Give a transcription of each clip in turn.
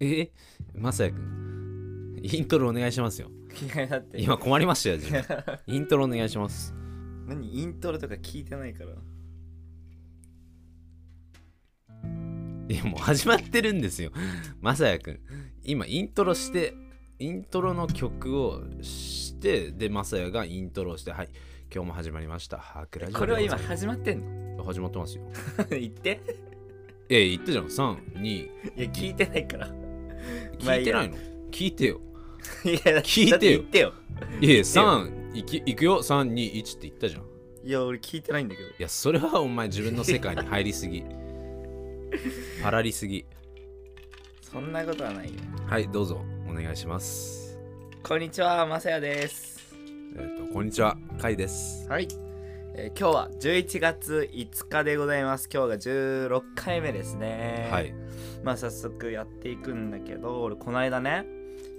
えまさやくんイントロお願いしますよいやだって今困りましたよ自 分イントロお願いします何イントロとか聞いてないからいやもう始まってるんですよまさやくん今イントロしてイントロの曲をしてでまさやがイントロをしてはい今日も始まりましたハークラジオこれは今でござい始まってんの ます始まってますよ言ってえ言ったじゃん32いや聞いてないからいまあ聞いてないの聞いてよやだって聞いてよだって言ってよいや3いきいくよ321って言ったじゃんいいや俺聞いてないんだけどやそれはお前自分の世界に入りす ぎパラりすぎそんなことはないよはいどうぞお願いしますこんにちはまさやですえっ、とこんにちはカイですはい、えー今日は11月5日でございます今日が16回目ですねはいまあ早速やっていくんだけど俺この間ね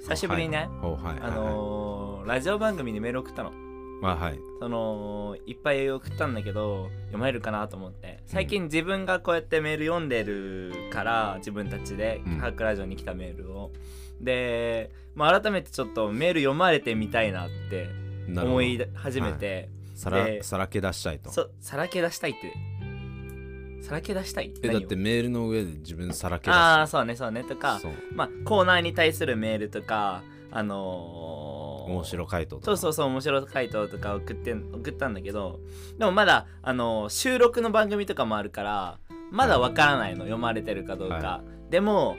久しぶりにね、おはいあのーラジオ番組にメール送ったのはいはい、あはいそのいっぱい送ったんだけど読まれるかなと思って最近自分がこうやってメール読んでるから自分たちでうん「ハークラジオ」に来たメールを、で、まあ、改めてちょっとメール読まれてみたいなってなるほど思い始めて、さらでさらけ出したいとそさらけ出したいってさらけ出したいえだ何をってメールの上で自分さらけ出したああそうねそうねとかそうまあ、コーナーに対するメールとかあのー面白回答とかそうそううそう面白回答とか送ってん送ったんだけどでもまだあの収録の番組とかもあるからまだわからないの読まれてるかどうか、はでも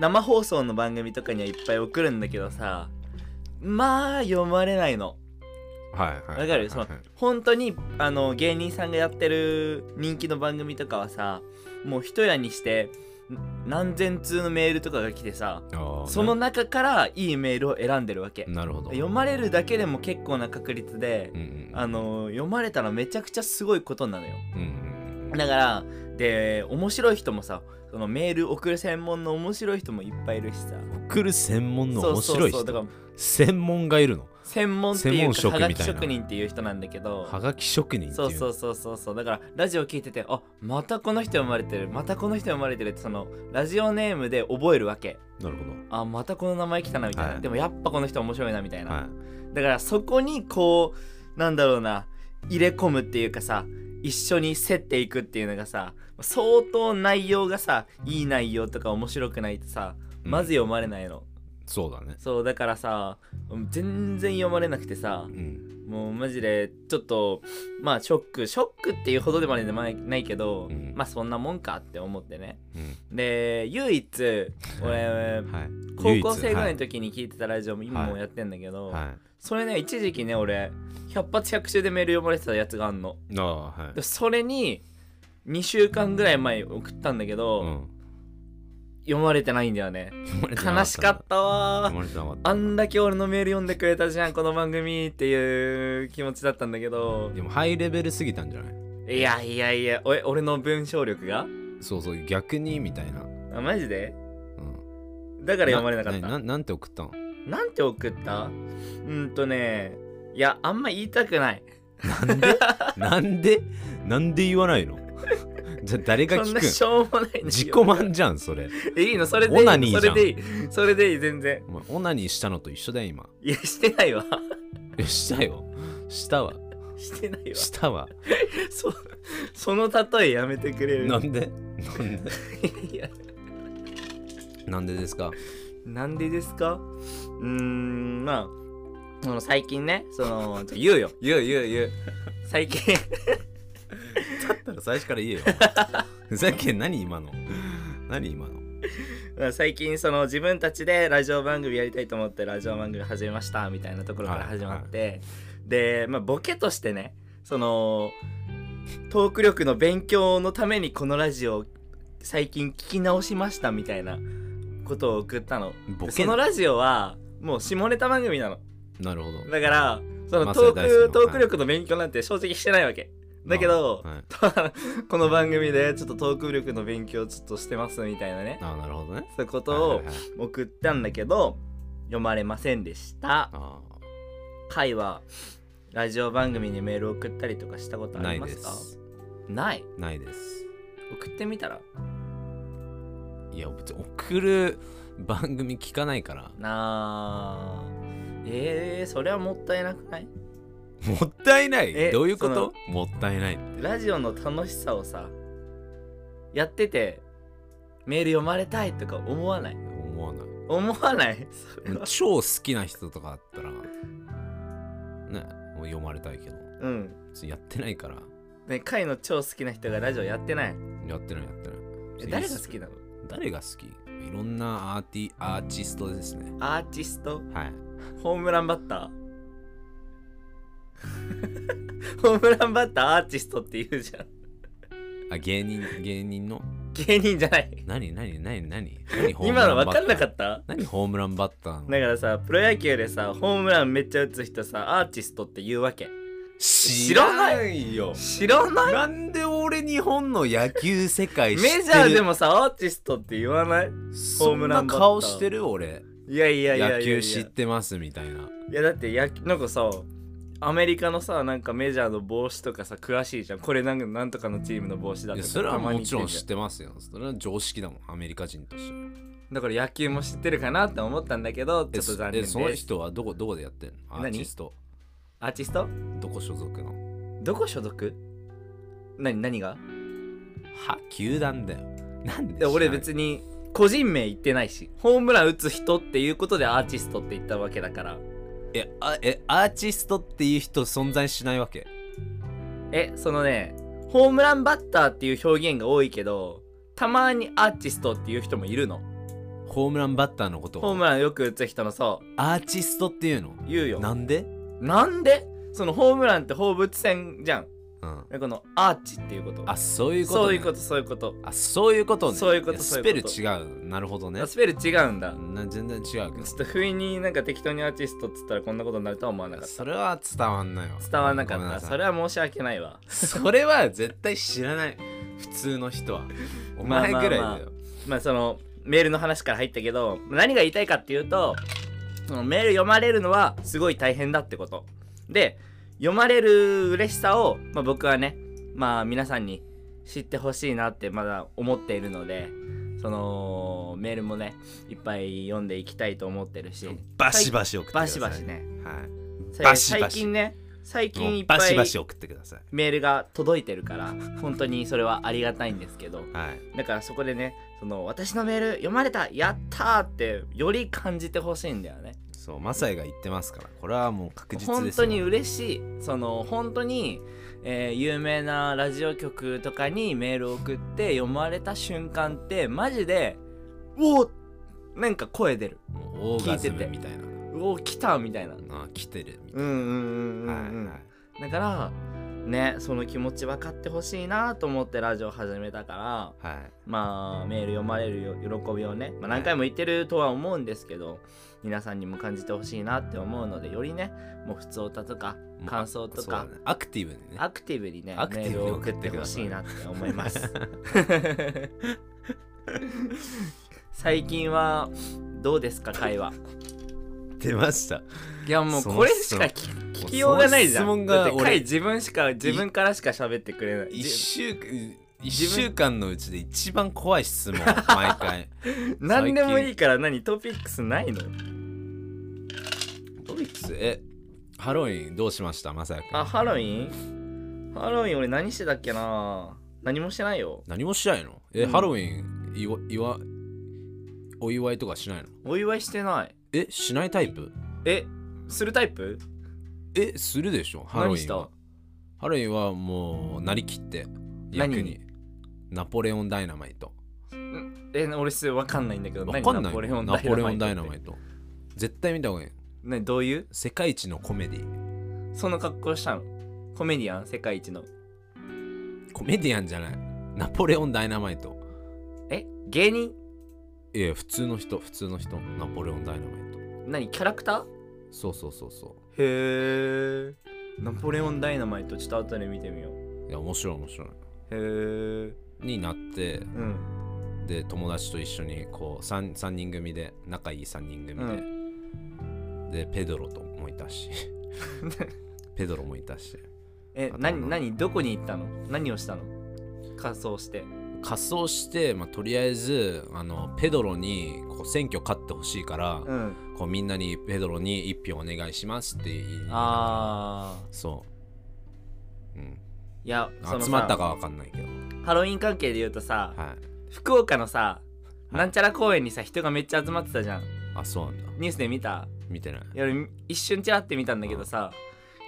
生放送の番組とかにはいっぱい送るんだけどさまあ読まれないのはいはいわかるそはいのはい本当にあの芸人さんがやってる人気の番組とかはさもう一夜にしてん何千通のメールとかが来てさあーそのな中からいいメールを選んでるわけなるほど読まれるだけでも結構な確率でう、んうんあの読まれたらめちゃくちゃすごいことなのようんうんうんだからで面白い人もさそのメール送る専門の面白い人もいっぱいいるしさ送る専門の面白い人だから専門がいるの専門っていう専か門職みはたいながき職人っていう人なんだけどはがき職人っていそううそうそうそうそうだからラジオ聞いててあまたこの人読まれてるまたこの人読まれてるってそのラジオネームで覚えるわけなるほあまたこの名前来たなみたいな、はいでもやっぱこの人面白いなみたいどな、はだからそこにこうなんだろうな入れ込むっていうかさ一緒に競っていくっていうのがさ相当内容がさいい内容とか面白くないとさうんまず読まれないの、いそうだねそうだからさ全然読まれなくてさうんもうマジでちょっとまあショックショックっていうほどでもないないけど、うんまあそんなもんかって思ってねうんで唯一俺はい高校生ぐらいのの時に聞いてたラジオも今もやってんだけど、はいはいそれね一時期ね俺100発100中でメール読まれてたやつがあんのああはいでそれに2週間ぐらい前に送ったんだけど、うん読まれてないんだよね読まれてな悲しかったわ読ーまれてなかったあんだけ俺のメール読んでくれたじゃんこの番組っていう気持ちだったんだけどでもハイレベルすぎたんじゃないいやいやいやおい俺の文章力がそうそう逆にみたいなうんあマジでだから読まれなかったなななんて送ったの なんて送ったうんとねいやあんま言いたくないなんでなんでなんで言わないの じゃあ誰がそん聞なくしんょうもないのよ自己満じゃんそれいいのそれでいいオナニーじゃそんれでいいそれでいい全然お前オナニーしたのと一緒だよ今いやしてないわ えしたよしたわしてないわしたわ そその例えやめてくれるなんでなんでいやなんでですかなんでですかうーんまあその最近ねそのちょ 言うよ言う言う言う最近だったら最初から 言えよふざけん何今の何今のまあ最近その自分たちでラジオ番組やりたいと思ってラジオ番組始めましたみたいなところから始まって、で、まあ、ボケとしてねそのトーク力の勉強のためにこのラジオを最近聞き直しましたみたいなことを送ったのボケそのラジオはもう下ネタ番組なのなるほどだからそのまあトーそれ大好クきなトーク力の勉強なんて正直してないわけだけど、あ,、はい、 この番組でちょっとトーク力の勉強ちょっとしてますみたいなねあなるほどねそういうことをはいはいはい送ったんだけど読まれませんでしたあ回はラジオ番組にメール送ったりとかしたことーあなりいまですかすないないです送ってみたらいや別に送る番組聞かない からなあえー、それはもったいなくないもったいないえどういうこそともったいないラジオの楽しさをさやっててメール読まれたいとか思わない思わない思わない それは超好きな人とかだったらねもう読まれたいけどうん別にやってないからね会の超好きな人がラジオやってないやってないやってないえ誰が好きなの誰が好きいろんなアーティアーティストですねアーティストはいホームランバッター ホームランバッターアーティストって言うじゃんあ芸人芸人の芸人じゃない何何何何何ホーム今ラのンバッ分タかーんなかった何ホームランバッターのだからさプロ野球でさホームランめっちゃ打つ人さアーティストって言うわけ知いよ知らないなんで俺日本の野球世界知ってるメジャーでもさアーティストって言わないホームランバッターそんな顔してる俺いやいやいやいや野いや球知ってますみたいないやだってやなんかさアメリカのさなんかメジャーの帽子とかさ詳しいじゃんこれなんかなんとかのチームの帽子だいとやかそれはたまもにちろん言知っっててますよそれは常識だもんアメリカ人としてるじゃんだから野球も知ってるかなって思ったんだけどちょっと残念えでその人はどこどこでやってんのア何ーティストアーティストどこ所属のどこ所属何何がは球団だよなんでで俺に別に個人名言ってないしホームラン打つ人っていうことでアーティストって言ったわけだからえあえアーティストっていう人存在しないわけえそのねホームランバッターっていう表現が多いけどたまにアーティストっていう人もいるのホームランバッターのことホーをムランよく打つ人のそアーティストっていうのう言うよなんでなんでそのホームランって放物線じゃんうんこのアーチっていうことあそういうこと、ね、そういうことそういうことあそういうことねそういうことやスそういペうルこと違うなるほどねあスペル違うんだな全然違うけちょっと不意になんか適当にアーティストっつったらこんなことになるとは思わなどかっそれは伝わんないわた伝わらなかごめったさいそれは申し訳ないわ それは絶対知らない普通の人はおまあ前ぐまあまあらいだよ、まあそのメールの話から入ったけど何が言いたいかっていうとそのメール読まれるのはすごい大変だってことで読まれる嬉しさを、まあ、僕はねまあ皆さんに知ってほしいなってまだ思っているのでそのメールもねいっぱい読んでいきたいと思ってるしバシバシ送ってくだバさシいバシねはいさバシバシ最近ね最も近いうっぱバシいバシ送ってくださいメールが届いてるから本当にそれはありがたいんですけどはいだからそこでねその私のメール読まれたやったーってより感じてほしいんだよねそうマサイが言ってますからこれはもう確実ですよ本当に嬉しいその本当に、えー有名なラジオ局とかにメールを送って読まれた瞬間ってマジで「おお!」なんか声出るもうオーガズ聞いてムみてたいな「うおー来た!」みたいなうんあ来てるみたういんうんうな、ん、うはいんはいだからねその気持ち分かってほしいなと思ってラジオ始めたからはい、まあメール読まれるよ喜びをね、まあ、何回も言ってるとは思うんですけど皆さんにも感じてほしいなって思うのでよりねもう普通歌とかもう感想とそうだ、かね、アクティブにねアクティブにねアクメティブールにを送送っっててくほださしいいなって思います 最近はどうですか 会話出ましたいやもうそのこれしか聞聞きようがないじゃんその質問だがって俺会自分しか自分からしか喋ってくれない一じ週間一週間のうちで一番怖い質問毎 回何でもいいから何トピックスないのトピックスえハロウィンどうしましたまさやくあんハロウィンハロウィン俺何してたっけな何もしてないよ何もしないのえ、うんハロウィンいわいわお祝いとかしないのお祝いしてないえしないタイプえするタイプえするでしょハロウ何ィしンはたハロウィンはもうなりきって役何にナポレオンダイナマイトえ俺すわかんないんだけどわかん何なナいポレオンナポレオンダイナイマトっイト絶対見た方がいいてねどういう世界一のコメディその格好したのコメディアン世界一のコメディアンじゃないナポレオンダイナマイトえ芸人いや普通の人普通の人ナポレオンダイナマイト何キャラクタそうそうそうそーへえナポレオンダイナマイトちょっと後で見てみようういや面白い面白いへえになってうんで友達と一緒にこう 3, 3人組で仲いい3人組で、うでペドロともいた しペドロもいたしえあとあの何何どこに行ったの何をしたの仮装して仮装して、まあ、とりあえずあのペドロにこう選挙勝ってほしいから、うんこうみんなにペドロに一票お願いしますって言いああそう、うん、いやその集まったさかわかんないけどハロウィン関係で言うとさ、はい福岡のはさいなんちゃら公園にさ人がめっちゃ集まってたじゃんあそうなんだニュースで見た見てないいや俺一瞬チラって見たんだけどさ、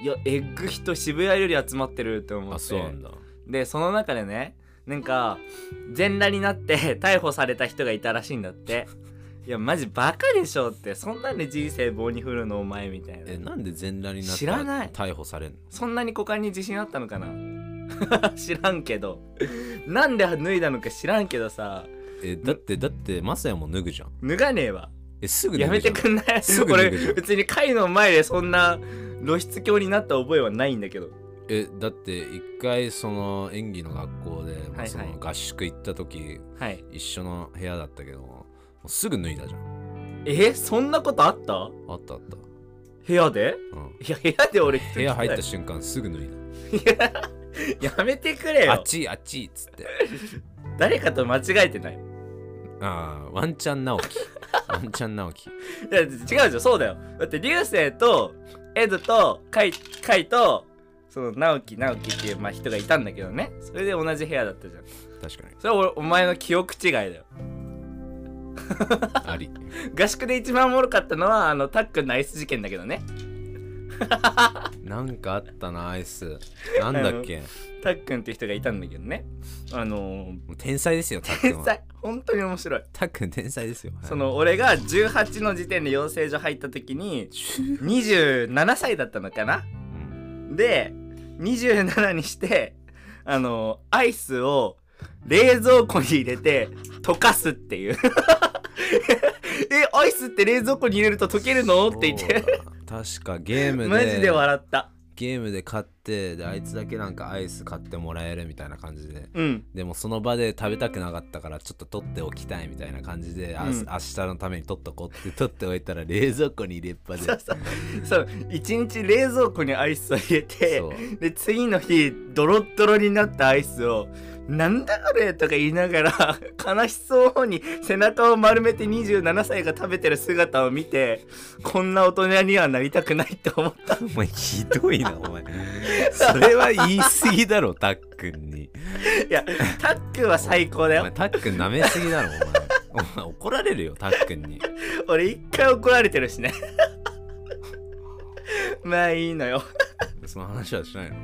いやエッグ人渋谷より集まってるって思ってあそうなんだでその中でねなんか全裸になって 逮捕された人がいたらしいんだっていやマジバカでしょってそんなんで人生棒に振るのお前みたいえななんで全裸になって知らない逮捕されんのそんなに股間に自信あったのかな 知らんけどなんで脱いだのか知らんけどさえだってだってマサヤも脱ぐじゃん脱がねえわえすぐ脱やめぐじてゃんくんないすぐこ脱れぐじゃん別に会の前でそんな露出狂になった覚えはないんだけどえだって一回その演技の学校で、まはいはあ、いその合宿行った時はい一緒の部屋だったけどもうすぐ脱いだじゃんえそんなことあったあったあった、部屋でうん、いや部屋で俺一人部屋入った来瞬間すぐ脱いたよやめてくれだよあっちいあっちいっつって誰かと間違えてないああワンチャン直 樹ワンチャン直樹いや違うじゃんそうだよだって流星とエドとカイカイとその直樹直樹っていう、まあ、人がいたんだけどねそれで同じ部屋だったじゃん確かにそれは俺お前の記憶違いだよあり合宿で一番おもろかったのはあのタックンのアイス事件だけどねなんかあったなアイスなんだっけタックンっていう人がいたんだけどねあのーもう天才ですよたっくん天は才本当に面白いたっくん天才ですよ、はいその俺が18の時点で養成所入った時に27歳だったのかなうんで27にしてあのアイスを冷蔵庫に入れて溶かすっていう えアイスって冷蔵庫に入れると溶けるのって言っそうてだ確かゲームで マジで笑ったゲームで買ってであいつだけなんかアイス買ってもらえるみたいな感じでうんでもその場で食べたくなかったからちょっと取っておきたいみたいな感じで、あうん明日のために取っとこうって取っておいたら冷蔵庫に入れっぱでそうそうそう一日冷蔵庫にアイスを入れてそうで次の日ドロッドロになったアイスを「なんだこれ!」とか言いながら悲しそうに背中を丸めて27歳が食べてる姿を見てこんな大人にはなりたくないって思ったお前ひどいなお前それは言い過ぎだろたっくんにいやタックは最高だおよ前たっくん舐めすぎだろお前お前怒られるよたっくんに俺一回怒られてるしね まあいいのよその話はしないの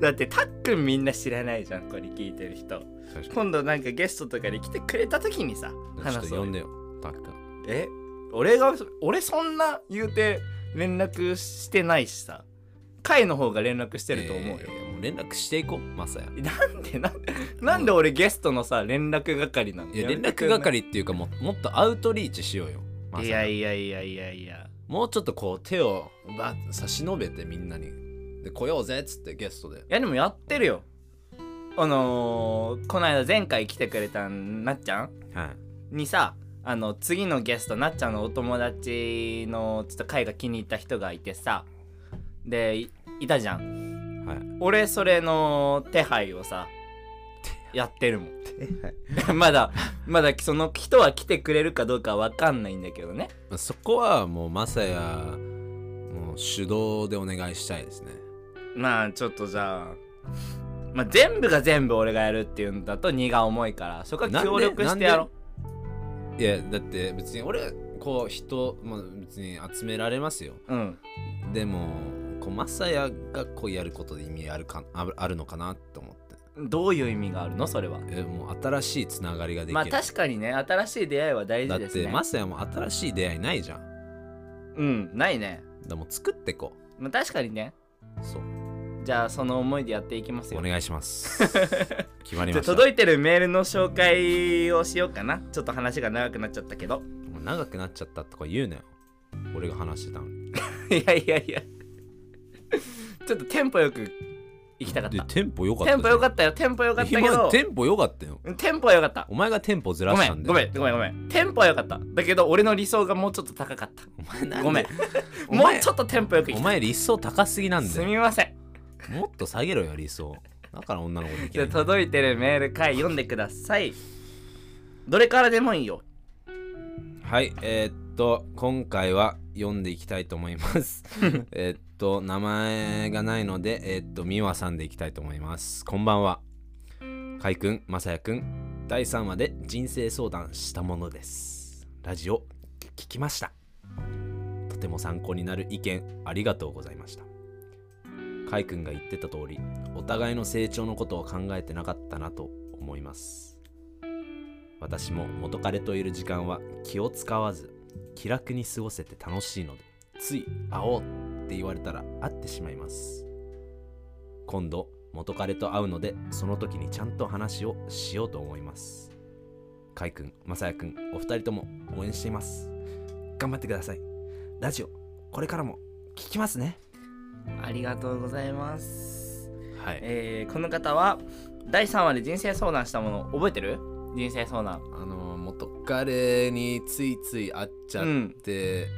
だってタックみんな知らないじゃんこれ聞いてる人確かに今度なんかゲストとかで来てくれた時にさちょっ話とそう呼よんでよたっくんえ俺が俺そんな言うて連絡してないしさ会の方が連絡してると思うよ、えーもう連絡していこうまさやなんでなんなんで俺ゲストのさ連絡係なのいや連めてく絡んない係っていうかもうもっとアウトリーチしようよまさいやいやいやいやいやもうちょっとこう手をば差し伸べてみんなにで来ようぜっつってゲストでいやでもやってるよあのー、この間前回来てくれたなっちゃんはいにさあの次のゲストなっちゃんのお友達のちょっと会が気に入った人がいてさでいいたじゃんはい俺それの手配をさやってるもん まだまだその人は来てくれるかどうかわかんないんだけどねまあそこはもうまさやもう手動でお願いしたいですねまあちょっとじゃあ、まあ、全部が全部俺がやるっていうんだと荷が重いからそこは協力してやろいやだって別に俺こう人、まあ、別に集められますよううんでもこうマサヤがこうやることで意味あるかああるのかなと思ってどういう意味があるのそれはえもう新しいつながりができる、まあ確かにね新しい出会いは大だっ事ですねてマサヤも新しい出会いないじゃんだかうんないねらもう作ってこまあ確かにねうそうじゃあその思いでやっていきますよお願いします 決まりまじゃあした届いてるメールの紹介をしようかなちょっと話が長くなっちゃったけどもう長くなっちゃったとか言うなよ俺が話してたのにいやいやいや ちょっとテンポよく行きたかっでたテンポ良かったテンポよかっったよテンポよかったけ今どテンポ良かったよテンポはよかったお前がテンポずらごしめたんんだごよめんごめんごめんテンポはよかっただけど俺の理想がもうちょっと高かったお前なんでごめんおも前うちょっとテンポよく行おきた前理想高すぎなんすだよみませんもっと下げろよ理想だから女の子できじなゃいあんだよ届いてるメール回読んでくださいどれからでもいいよはいえーっと今回は読んでいきたいと思いますえーっと名前がないのでえーっと美和さんでいきたいと思いますこんばんはかいくんまさやくん第3話で人生相談したものですラジオ聞きましたとても参考になる意見ありがとうございましたかいくんが言ってた通りお互いの成長のことを考えてなかったなと思います私も元彼といる時間は気を使わず気楽に過ごせて楽しいのでつい会おうって言われたら会ってしまいます今度元彼と会うのでその時にちゃんと話をしようと思いますかいくんまさやくんお二人とも応援しています頑張ってくださいラジオこれからも聞きますねありがとうございます、はいえーこの方は第3話で人生相談したもの覚えてる人生相談あの元彼についつい会っちゃって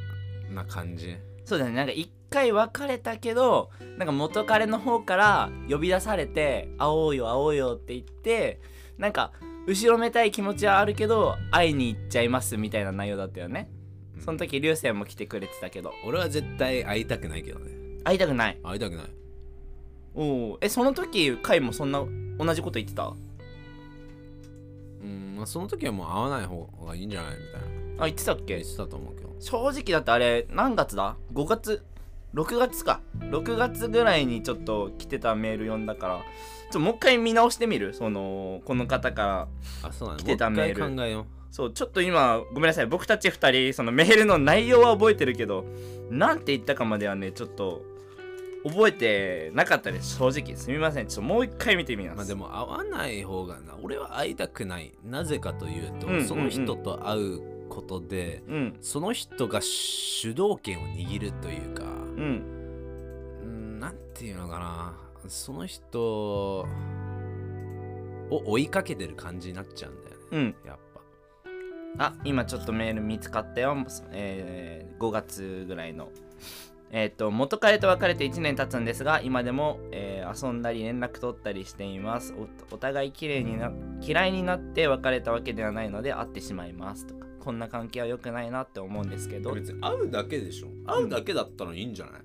な感じ、そうだねなんか一回別れたけどなんか元彼の方から呼び出されて「会おうよ会おうよ」って言ってなんか後ろめたい気持ちはあるけど会いに行っちゃいますみたいな内容だったよねうんその時流星も来てくれてたけど俺は絶対会いたくないけどね会いたくない会いたくないおおえその時カイもそんな同じこと言ってたうんまあその時はもう会わない方がいいんじゃないみたいなあ言ってたっ言っけてたと思うけど正直だってあれ何月だ ?5 月6月か6月ぐらいにちょっと来てたメール読んだからちょもう一回見直してみるそのこの方からあそうなの来てたメールもう一回考えよそうちょっと今ごめんなさい僕たち2人そのメールの内容は覚えてるけどなんて言ったかまではねちょっと覚えてなかったです正直すみませんちょっともう一回見てみうます、まあでも会わない方がな俺は会いたくないなぜかというと、うんうんうんその人と会うことでうんその人が主導権を握るというか、うんうん、なんていうのかなその人を追いかけてる感じになっちゃうんだよねうんやっぱあ今ちょっとメール見つかったよ、えー5月ぐらいのえっ、と元彼と別れて1年経つんですが今でも、えー遊んだり連絡取ったりしていますおお互い綺麗にな嫌いになって別れたわけではないので会ってしまいますとかこんな関係は良くないなって思うんですけど別に会うだけでしょ会うだけだったらいいんじゃない、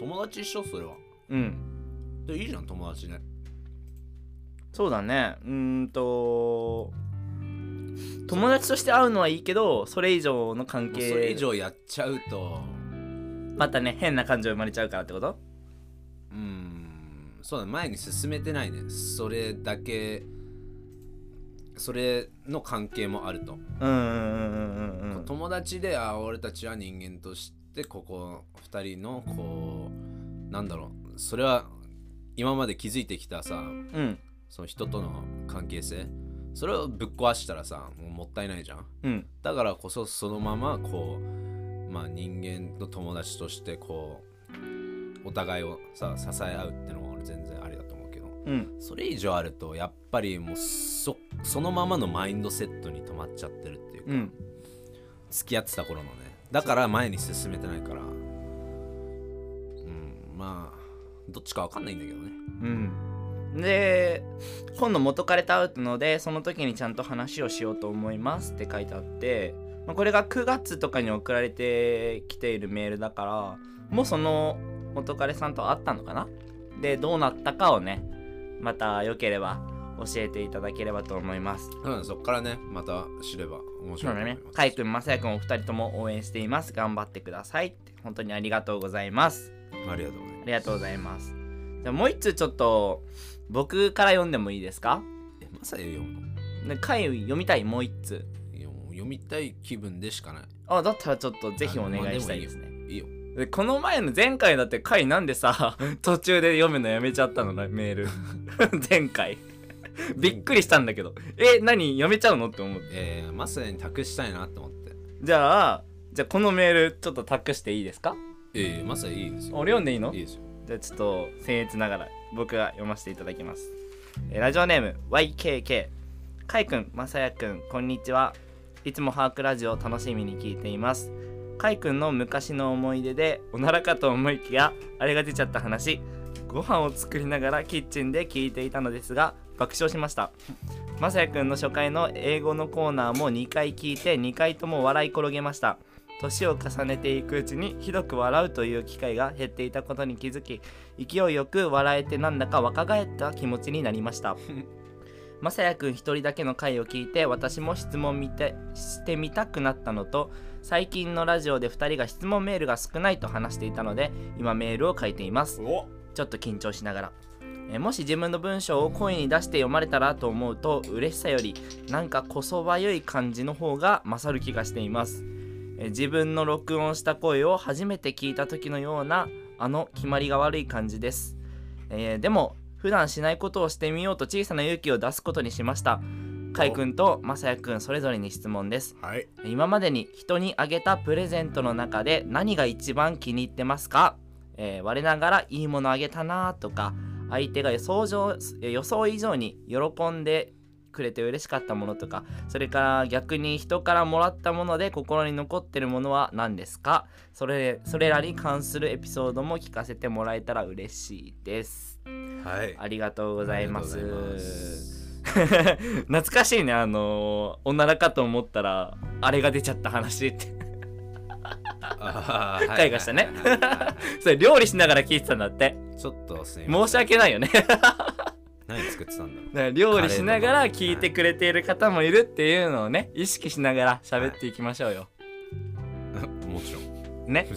友達一緒それはうんでいいじゃん友達ねそうだねうーんと友達として会うのはいいけどそれ以上の関もうそれ係以上やっちゃうとまたね変な感情生まれちゃうからってことうーんそうだ前に進めてないねそれだけそれの関係もあると、うんうんうんうんうんうん友達であ俺たちは人間としてここ2人のこうなんだろうそれは今まで築いてきたさうんその人との関係性それをぶっ壊したらさもうもったいないじゃんうんだからこそそのままこうまあ人間の友達としてこうお互いをさ支え合うってのは俺全然ありだと思うけどうんそれ以上あるとやっぱりもうそそのままのマインドセットに止まっちゃってるっていうか、うん付き合ってた頃のねだから前に進めてないからうんまあどっちかわかんないんだけどねうんで今度元彼と会うのでその時にちゃんと話をしようと思いますって書いてあって、まあ、これが9月とかに送られてきているメールだからもうその元彼さんと会ったのかなでどうなったかをねまたよければ教えていただければと思いますうんそっからねまた知れば面そ白いとうだ思いねますかいくんまさやくんお二人とも応援しています頑張ってくださいって本当にありがとうございますありがとうございあますりがとうございますじゃあもう一通ちょっと僕から読んでもいいですかえまさや読むのね回読みたいもう一通いやもう読みたい気分でしかないあだったらちょっとぜひお願いしたいですねいいよでこの前の前回だって回なんでさ 途中で読むのやめちゃったのねメール 前回びっくりしたんだけどえ何やめちゃうのって思ってえー、マサヤに託したいなって思ってじゃあじゃあこのメールちょっと託していいですかええマサヤいいですよ俺読んでいいのいいですよじゃあちょっと僭越ながら僕が読ませていただきます。えーラジオネーム YKK かいくん、まさやくん、こんにちは。いつもハークラジオを楽しみに聞いています。かいくんの昔の思い出でおならかと思いきやあれが出ちゃった話。5ご飯を作りながらキッチンで聞いていたのですが爆笑しましたまさやくんの初回の英語のコーナーも2回聞いて2回とも笑い転げました年を重ねていくうちにひどく笑うという機会が減っていたことに気づき勢いよく笑えてなんだか若返った気持ちになりましたまさやくん一人だけの回を聞いて私も質問見てしてみたくなったのと最近のラジオで2人が質問メールが少ないと話していたので今メールを書いていますおちょっと緊張しながらえーもし自分の文章を声に出して読まれたらと思うと嬉しさよりなんかこそばゆい感じの方が勝る気がしていますえー自分の録音した声を初めて聞いた時のようなあの決まりが悪い感じです、えーでも普段しないことをしてみようと小さな勇気を出すことにしましたかいくんとまさやくんそれぞれに質問ですはい今までに人にあげたプレゼントの中で何が一番気に入ってますか、えー我ながらいいものあげたなとか相手が予想上えー予想以上に喜んでくれて嬉しかったものとかそれから逆に人からもらったもので心に残ってるものは何ですかそれそれらに関するエピソードも聞かせてもらえたら嬉しいですはいありがとうございますありがとうございます 懐かしいねあのーおならかと思ったらあれが出ちゃった話って あーはい会がしたねはいはいはいはそれ料理しながら聞いてたんだっていちょっとすいません申し訳ないよ ねだか何作ってたんだろうら料理しながら聞いてくれている方もいるっていうのをね意識しながら喋っていきましょうよ、 もちろん ね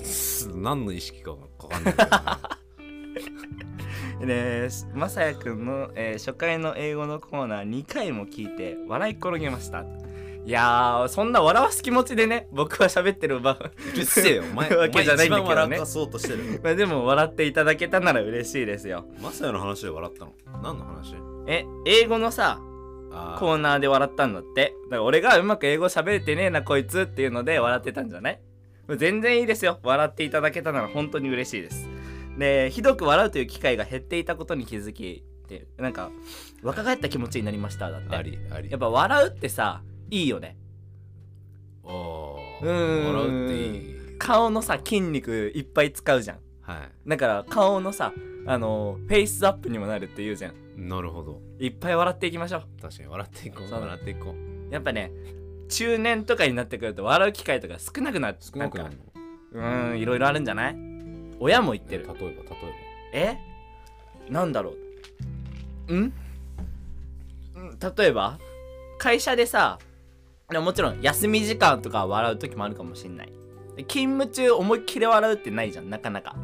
何の意識かわかんないけど でまさやくんの、えー初回の英語のコーナー2回も聞いて笑い転げましたいやーそんな笑わす気持ちでね僕は喋ってる場合 うるせえよお前わけじゃないんだお前けどね一番笑かそうとしてるまあでも笑っていただけたなら嬉しいですよマサヤの話で笑ったの何の話え英語のさあーコーナーで笑ったんだってだから俺がうまく英語喋れてねえなこいつっていうので笑ってたんじゃない全然いいですよ笑っていただけたなら本当に嬉しいですでひどく笑うという機会が減っていたことに気づきでなんか若返った気持ちになりましただってありありやっぱ笑うってさいいよねおおうん笑うっていい顔のさ筋肉いっぱい使うじゃんはいだから顔のさあのフェイスアップにもなるっていうじゃんなるほどいっぱい笑っていきましょう確かに笑っていこうそう笑っていこうやっぱね中年とかになってくると笑う機会とか少なくなっ少なくなるんのかうーんいろいろあるんじゃない親も言って例えるば例ええなんだろううんうん例えば会社でさいやもちろん休み時間とかは笑う時もあるかもしんないで勤務中思いっきり笑うってないじゃんなかなか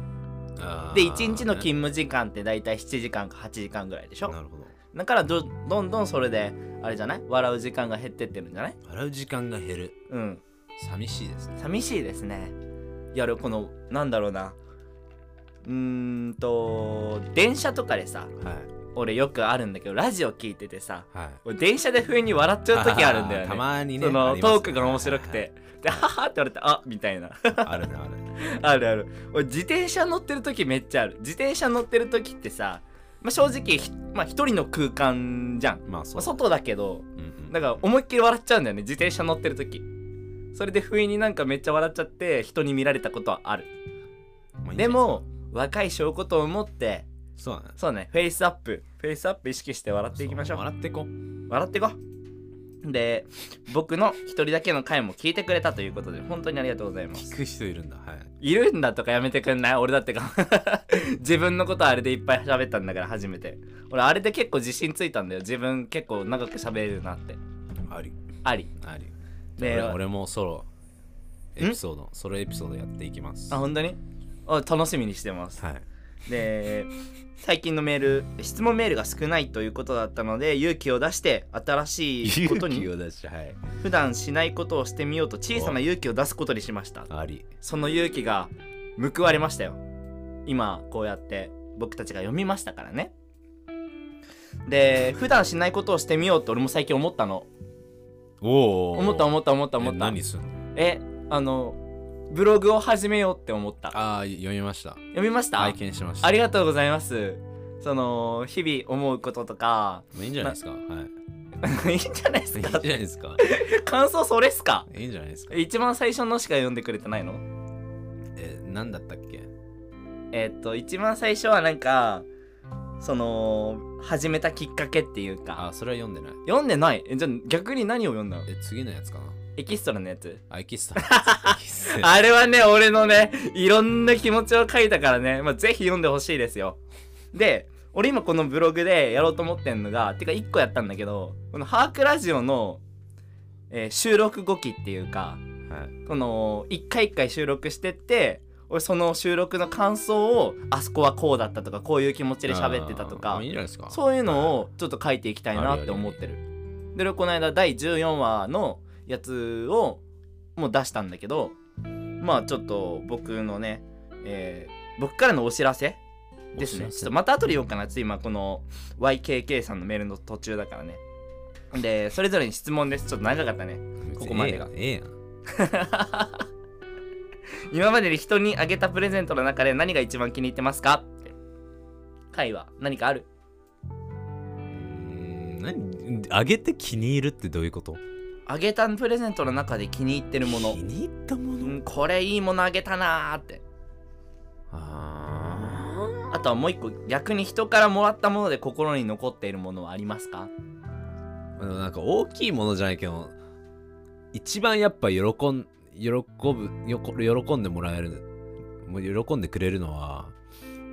ばで1日の金勤務時間って大体7時間か8時間ぐらいでしょなるほどだからどどんどんそれであれじゃない笑う時間が減ってってるんじゃない笑う時間が減るうん寂しいですね寂しいですねいやるこのなんだろうなうーんと電車とかでさはい俺よくあるんだけどラジオ聞いててさはい俺電車で不意に笑っちゃう時あるんだよねーたまにねそあのりますねトークが面白くてで「はは」って言われて「あみたいな あるねあるねあるある俺自転車乗ってる時めっちゃある自転車乗ってる時ってさ、まあ、正直ひまあ、一人の空間じゃん、まあそまあうだね外だけどうんだから思いっきり笑っちゃうんだよね自転車乗ってる時それで不意になんかめっちゃ笑っちゃって人に見られたことはあるうんまあいいんじゃないすかでも若い証拠と思ってそうだねそうねフェイスアップフェイスアップ意識して笑っていきましょうそう笑っていこう笑っていこうで僕の一人だけの回も聞いてくれたということで本当にありがとうございます聞く人いるんだはいいるんだとかやめてくんない俺だってか 自分のことあれでいっぱい喋ったんだから初めて俺あれで結構自信ついたんだよ自分結構長く喋れるなってありありありで俺俺もソロエピソードソロエピソードやっていきますあは本当にあ楽しみにしてますいで最近のメール質問メールが少ないということだったので勇気を出して新しいこと勇気にを出しはい普段しないことをしてみようと小さな勇気を出すことにしましたありその勇気が報われましたよ今こうやって僕たちが読みましたからねで普段しないことをしてみようって俺も最近思ったのおお思った思った思った思った何すんのえあのブログを始めようって思ったああ読みました読みました拝見しましたありがとうございます。その日々思うこととか まあいいんじゃないですかはいいいんじゃないでいすいんじゃかないですか感想それっすかいいんじゃないですか一番最初のしか読んでくれてないのえ何だったっけえっと一番最初はなんかその始めたきっかけっていうかあそれは読んでない読んでないえじゃあ逆に何を読んだのえ次のやつかなエキストラのやつあエキ ストラエキストラあれはね、俺のね、いろんな気持ちを書いたからね、まあ、ぜひ読んでほしいですよ。で、俺今このブログでやろうと思ってんのが、てか1個やったんだけど、このハークラジオの、えー収録後期っていうか、はいこの1回1回収録してって、俺その収録の感想を、あそこはこうだったとか、こういう気持ちで喋ってたとあーかいいん、じゃないですかそういうのををちょっと書いていきたいなって思ってる。で俺この間第14話のやつをもう出したんだけどまあちょっと僕のね、えー僕からのお知らせですね。ちょっとまた後で言おうかな。ちょっと今この YKK さんのメールの途中だからね。でそれぞれに質問です。ちょっと長かったね。ここまでがええやんええやん今までに人にあげたプレゼントの中で何が一番気に入ってますかって。会は何かあるうーん何あげて気に入るってどういうことあげたプレゼントの中で気に入ってるもの気。に入ったもうのん、これいいものあげたなーってああとはもう一個逆に人からもらったもので心に残っているものはありますかーでもなんか大きいものじゃないけど一番やっぱ喜ん喜ぶよこ喜んでもらえるもう喜んでくれるのは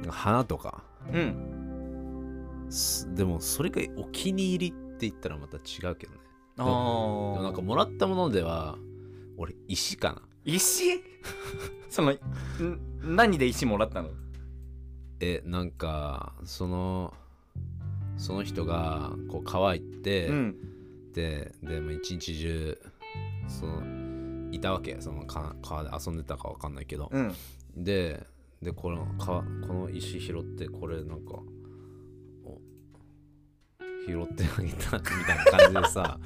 花とかうんすでもそれがお気に入りって言ったらまた違うけどねあでもーなんかもらったものでは俺石かな石 そのん何で石もらったのえなんかそのその人がこう川行って、うんででもう一日中そのいたわけその川川で遊んでたかわかんないけど、うんででこの川この石拾ってこれなんかお拾ってあげたみたいな感じでさ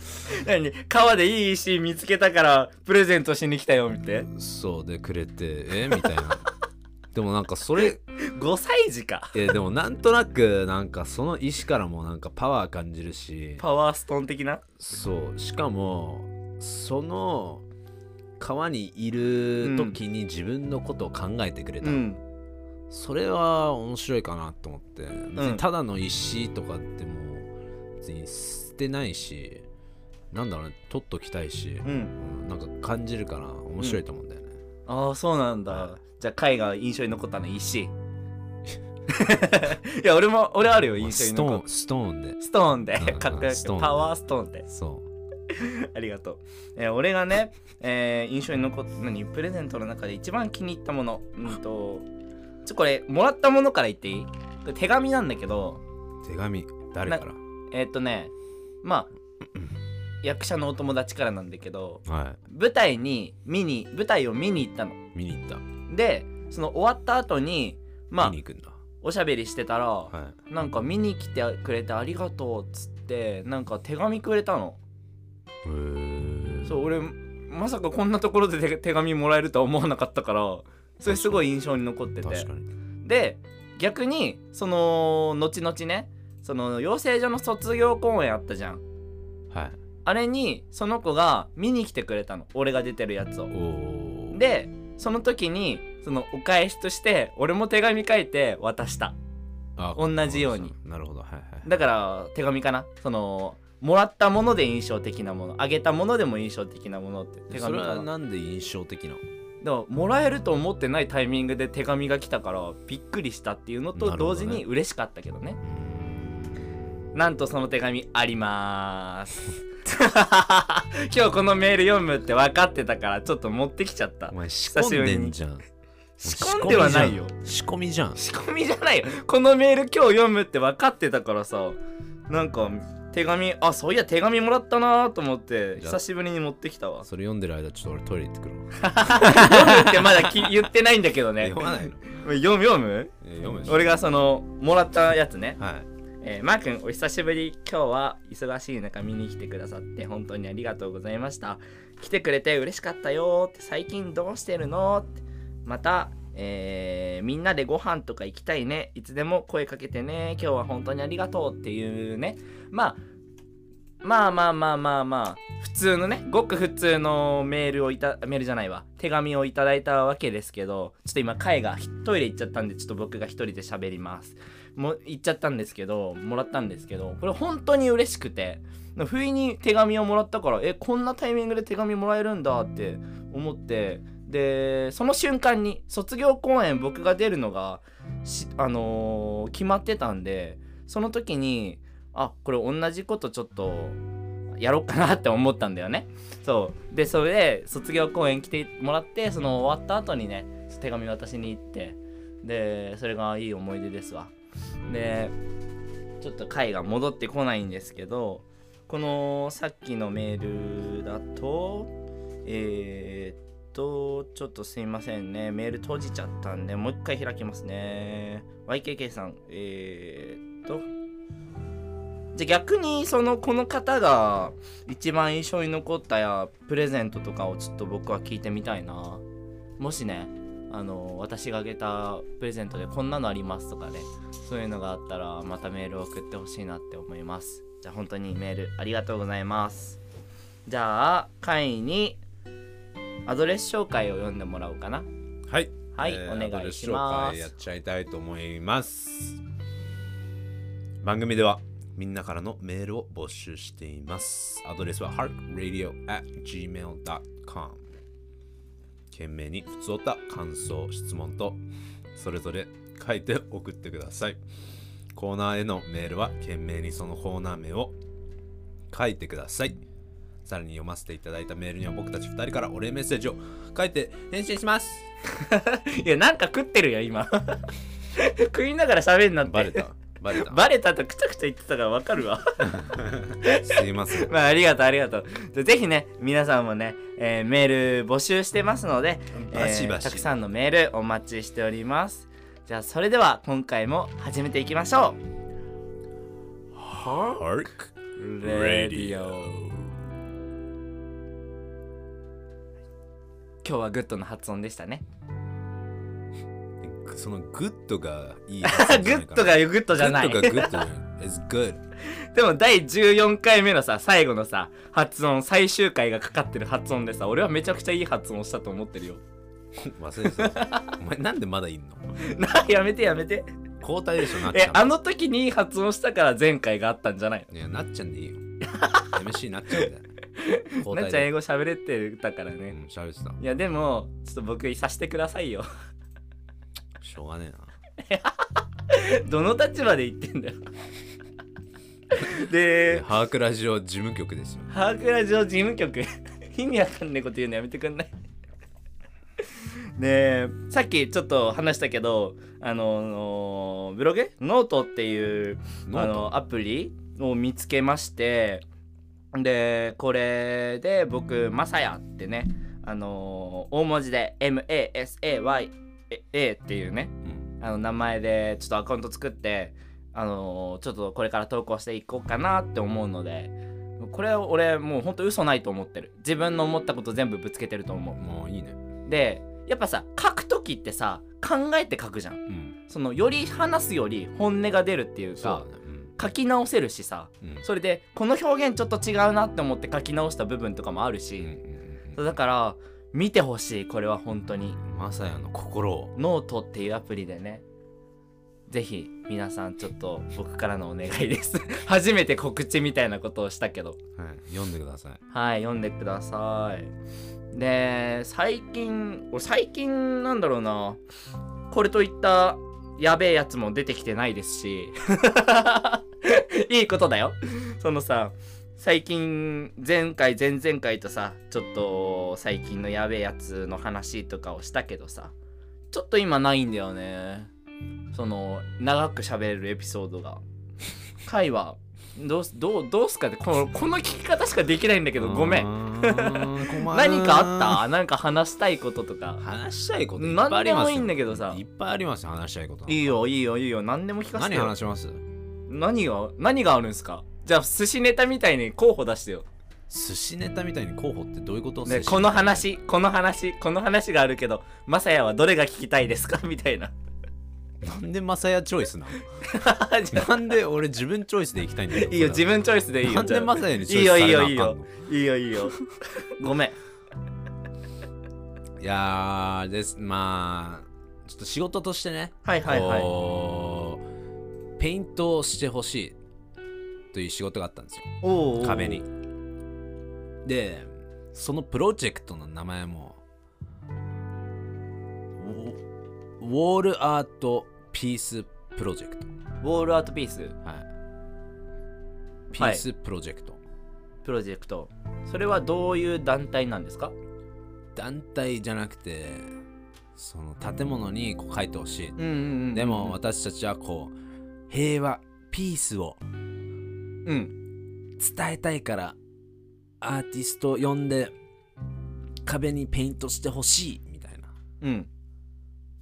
何川でいい石見つけたからプレゼントしに来たよみたいなそうでくれてえみたいなでもなんかそれ5歳児かえでもなんとなくなんかその石からもなんかパワー感じるしパワーストーン的なそうしかもその川にいる時に自分のことを考えてくれた、うんそれは面白いかなと思って、別にただの石とかってもう別に捨てないしなんだろうね取っときたいし、うんうんなんか感じるから面白いと思うんだよね、ああそうなんだじゃあ貝が印象に残ったの石 いや俺も俺あるよまあ印象スにト残っーたンストーンでストーンでうんうんかっこよストーンくでパワーストーンでそうありがとう、えー俺がね、えー印象に残った何プレゼントの中で一番気に入ったものうんとちょこれもらったものから言っていいこれ手紙なんだけど手紙誰からえーっとねまあ役者のお友達からなんだけどは舞台に見に舞台を見に行ったのい見に行った、でその終わった後にまあ見に行くんだおしゃべりしてたら、はなんか見に来てくれてありがとうっつってなんか手紙くれたのいへーそう俺まさかこんなところで手手紙もらえるとは思わなかったからそれすごい印象に残って確てかにで逆にその後々ねその養成所の卒業公演あったじゃんはいあれにその子が見に来てくれたの俺が出てるやつをおーでその時にそのお返しとして俺も手紙書いて渡したあ同じようになるほどはいはいだから手紙かなそのもらったもので印象的なものあげたものでも印象的なものって手それ紙かはななんで印象的なのだからもらえると思ってないタイミングで手紙が来たからびっくりしたっていうのなとるほ同どね時に嬉しかったけどねなんとその手紙あります 今日このメール読むって分かってたからちょっと持ってきちゃったお前仕込んでんじゃん仕込んではないよ仕込みじゃん仕込みじゃないよこのメール今日読むって分かってたからさなんか手紙あそういや手紙もらったなと思ってじゃあ久しぶりに持ってきたわそれ読んでる間ちょっと俺トイレ行ってくるわ読むってまだき言ってないんだけどね読ま ないの読む読むえ読むでしょ俺がそのもらったやつね、はいえーマー君お久しぶり今日は忙しい中見に来てくださって本当にありがとうございました来てくれて嬉しかったよって最近どうしてるのってまた、えーみんなでご飯とか行きたいねいつでも声かけてね今日は本当にありがとうっていうねまあまあまあまあまあまあ普通のねごく普通のメールをいたメールじゃないわ手紙をいただいたわけですけどちょっと今会がひトイレ行っちゃったんでちょっと僕が一人で喋りますも言っちゃったんですけどもらったんですけどこれ本当に嬉しくて不意に手紙をもらったからえこんなタイミングで手紙もらえるんだって思ってでその瞬間に卒業公演僕が出るのがしあのー決まってたんでその時にあこれ同じことちょっとやろうかなって思ったんだよねそうでそれで卒業公演来てもらってその終わった後にね手紙渡しに行ってでそれがいい思い出ですわでちょっと回が戻ってこないんですけどこのさっきのメールだとえーっとちょっとすいませんねメール閉じちゃったんでもう一回開きますね YKK さんえーっとじゃあ逆にそのこの方が一番印象に残ったやプレゼントとかをちょっと僕は聞いてみたいなもしねあの私があげたプレゼントでこんなのありますとかねそういうのがあったらまたメールを送ってほしいなって思いますじゃあ本当にメールありがとうございますじゃあ会にアドレス紹介を読んでもらおうかな はい、はいえーお願いしまアドすレス紹介やっちゃいたいと思います番組ではみんなからのメールを募集していますアドレスは harkradio.gmail.com 懸命に普通おた感想質問とそれぞれ書いて送ってくださいコーナーへのメールは懸命にそのコーナー名を書いてくださいさらに読ませていただいたメールには僕たち2人からお礼メッセージを書いて返信しますいやなんか食ってるよ今 食いながら喋んなってバレた バレたバレたとくちゃくちゃ言ってたからわかるわ すいませんまあありがとうありがとうじゃあぜひね皆さんもね、えーメール募集してますのでバシバえーシ、たくさんのメールお待ちしておりますじゃあそれでは今回も始めていきましょうは Hark レディオ今日はグッドの発音でしたねそのグッドがいいグ グッドがグッドじゃないグッドがグッドじゃない It's good でも第14回目のさ最後のさ発音最終回がかかってる発音でさ俺はめちゃくちゃいい発音したと思ってるよ忘れてたお前なんでまだいんの なやめてやめて交代でしょなっちえゃあんの時 にいい発音したから前回があったんじゃないいやなっちゃんでいいよ MC なっちゃんだよ交なっ代ちゃん英で語喋れてたからうね、ん喋ってたいやでもちょっと僕さしてください よしょうがねどの立場で言ってん だよえなででハークラジオ事務局ですよハークラジオ事務局 意味わかんねえこと言うのやめてくんないねえさっきちょっと話したけどあのブログノートっていうノあートのアプリを見つけましてでこれで僕「まさや」ってねあの大文字で「MASAYA」っていうねうんあの名前でちょっとアカウント作ってあのーちょっとこれから投稿していこうかなって思うのでこれ俺もうほんと嘘ないと思ってる自分の思ったこと全部ぶつけてると思もういいねうでやっぱさ書く時ってさ考えて書くじゃんうんそのより話すより本音が出るっていうそかうだねうん書き直せるしさうんそれでこの表現ちょっと違うなって思って書き直した部分とかもあうるんうし、んだから見てほしいこれは本当にうんまさやの心をノートっていうアプリでねぜひ皆さんちょっと僕からのお願いです 初めて告知みたいなことをしたけどはい読んでくださいはい読んでくださいで最近俺最近なんだろうなこれといったやべえやつも出てきてないですし いいことだよそのさ最近前回前々回とさちょっと最近のやべえやつの話とかをしたけどさちょっと今ないんだよねその長く喋れるエピソードが会はどうすどうどうすかってこのこの聞き方しかできないんだけどごめんん何何かあったなんか話したいこととか話したいこといっぱいあ何りでまもすいいよんだけどさいっぱいありますよ話したいこといいよいいよいいよ何でも聞かせ何てよ話します何が何があるんすかじゃあ寿司ネタみたいに候補出してよ寿司ネタみたいに候補ってどういうことね、寿司この話この話この話があるけどマサヤはどれが聞きたいですか みたいななんでマサヤチョイスなじゃの なんで俺自分チョイスでいきたいんだよあいいよそれ自分チョイスでいいよなんでマサヤにチョいイいスよさいいれなあよかんいいのよいいよいい よごめんいやーですまあちょっと仕事としてねはいはいはいこうペイントをしてほしいという仕事があったんですよおうおう壁にでそのプロジェクトの名前もウォウォールアートピースプロジェクトウォールアートピースはいピースプロジェクト、プロジェクトそれはどういう団体なんですか団体じゃなくてその建物にこう書いてほしい、うんうんうんでも私たちはこう平和ピースをうん伝えたいからアーティスト呼んで壁にペイントしてほしいみたいなうん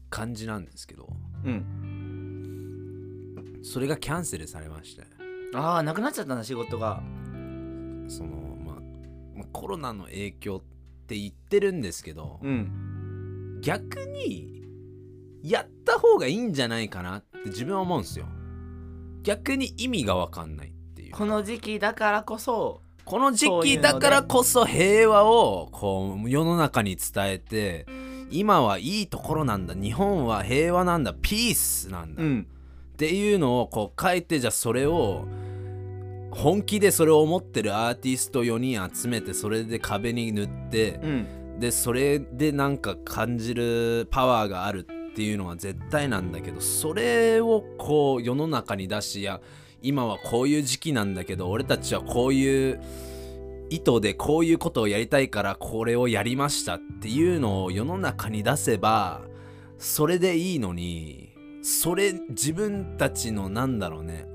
感じなんですけどうんそれがキャンセルされましてああなくなっちゃったな仕事がそのまあまあコロナの影響って言ってるんですけど、うん逆にやった方がいいんじゃないかなって自分は思うんですよ逆に意味が分かんないっていうこの時期だからこそこの時そういう期のでだからこそ平和をこう世の中に伝えて今はいいところなんだ日本は平和なんだピースなんだ、っんていうのをこう書いてじゃあそれを本気でそれを思ってるアーティスト4人集めてそれで壁に塗ってうんでそれでなんか感じるパワーがあるっていうのは絶対なんだけどそれをこう世の中に出しいや今はこういう時期なんだけど俺たちはこういう意図でこういうことをやりたいからこれをやりましたっていうのを世の中に出せばそれでいいのにそれ自分たちのなんだろうね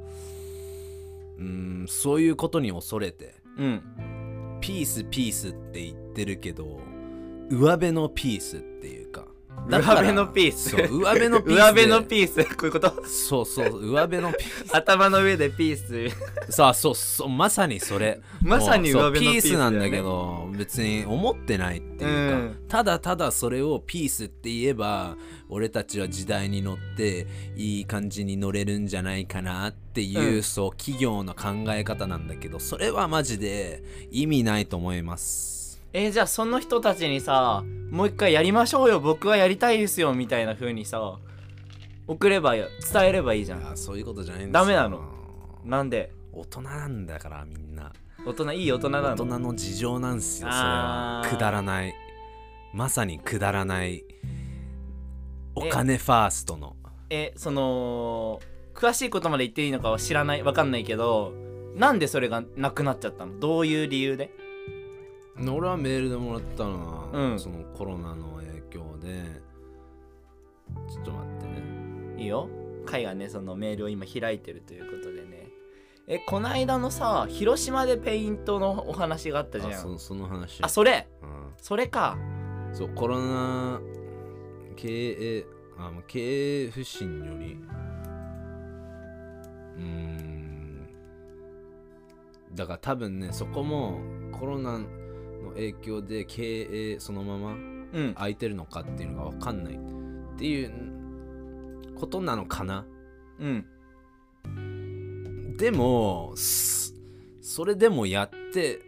うーんそういうことに恐れてうんピースピースって言ってるけど上辺のピースっていうかだ上から辺のピースそう 上辺のピースで上辺のピースこういうことそうそう上辺のピー頭の上でピーススさあそうそうまさにそれ まさに上辺ものピうそース,、うピースなんだけど別に思ってないっていうか、うんただただそれをピースって言えば俺たちは時代に乗っていい感じに乗れるんじゃないかなっていう、うんそう企業の考え方なんだけどそれはマジで意味ないと思いますえーじゃあその人たちにさもう一回やりましょうよ僕はやりたいですよみたいな風にさ送ればよ伝えればいいじゃいやんそういうことじゃないんですダメなのなんで大人なんだからみんな大人いい大人なの大人の事情なんすよそれあはーくだらないまさにくだらないお金ファーストのえその詳しいことまで言っていいのかは知らないわかんないけどなんでそれがなくなっちゃったのどういう理由で俺はメールでもらったのは、うんそのコロナの影響でちょっと待ってねいいよ海がねそのメールを今開いてるということでねえこないだのさ広島でペイントのお話があったじゃんあそその話あそれうんそれかそうコロナ経営あまあ経営不振によりうーんだから多分ねそこもコロナの影響で経営そのままうん空いてるのかっていうのが分かんないっていうことなのかなうんでもすそれでもやって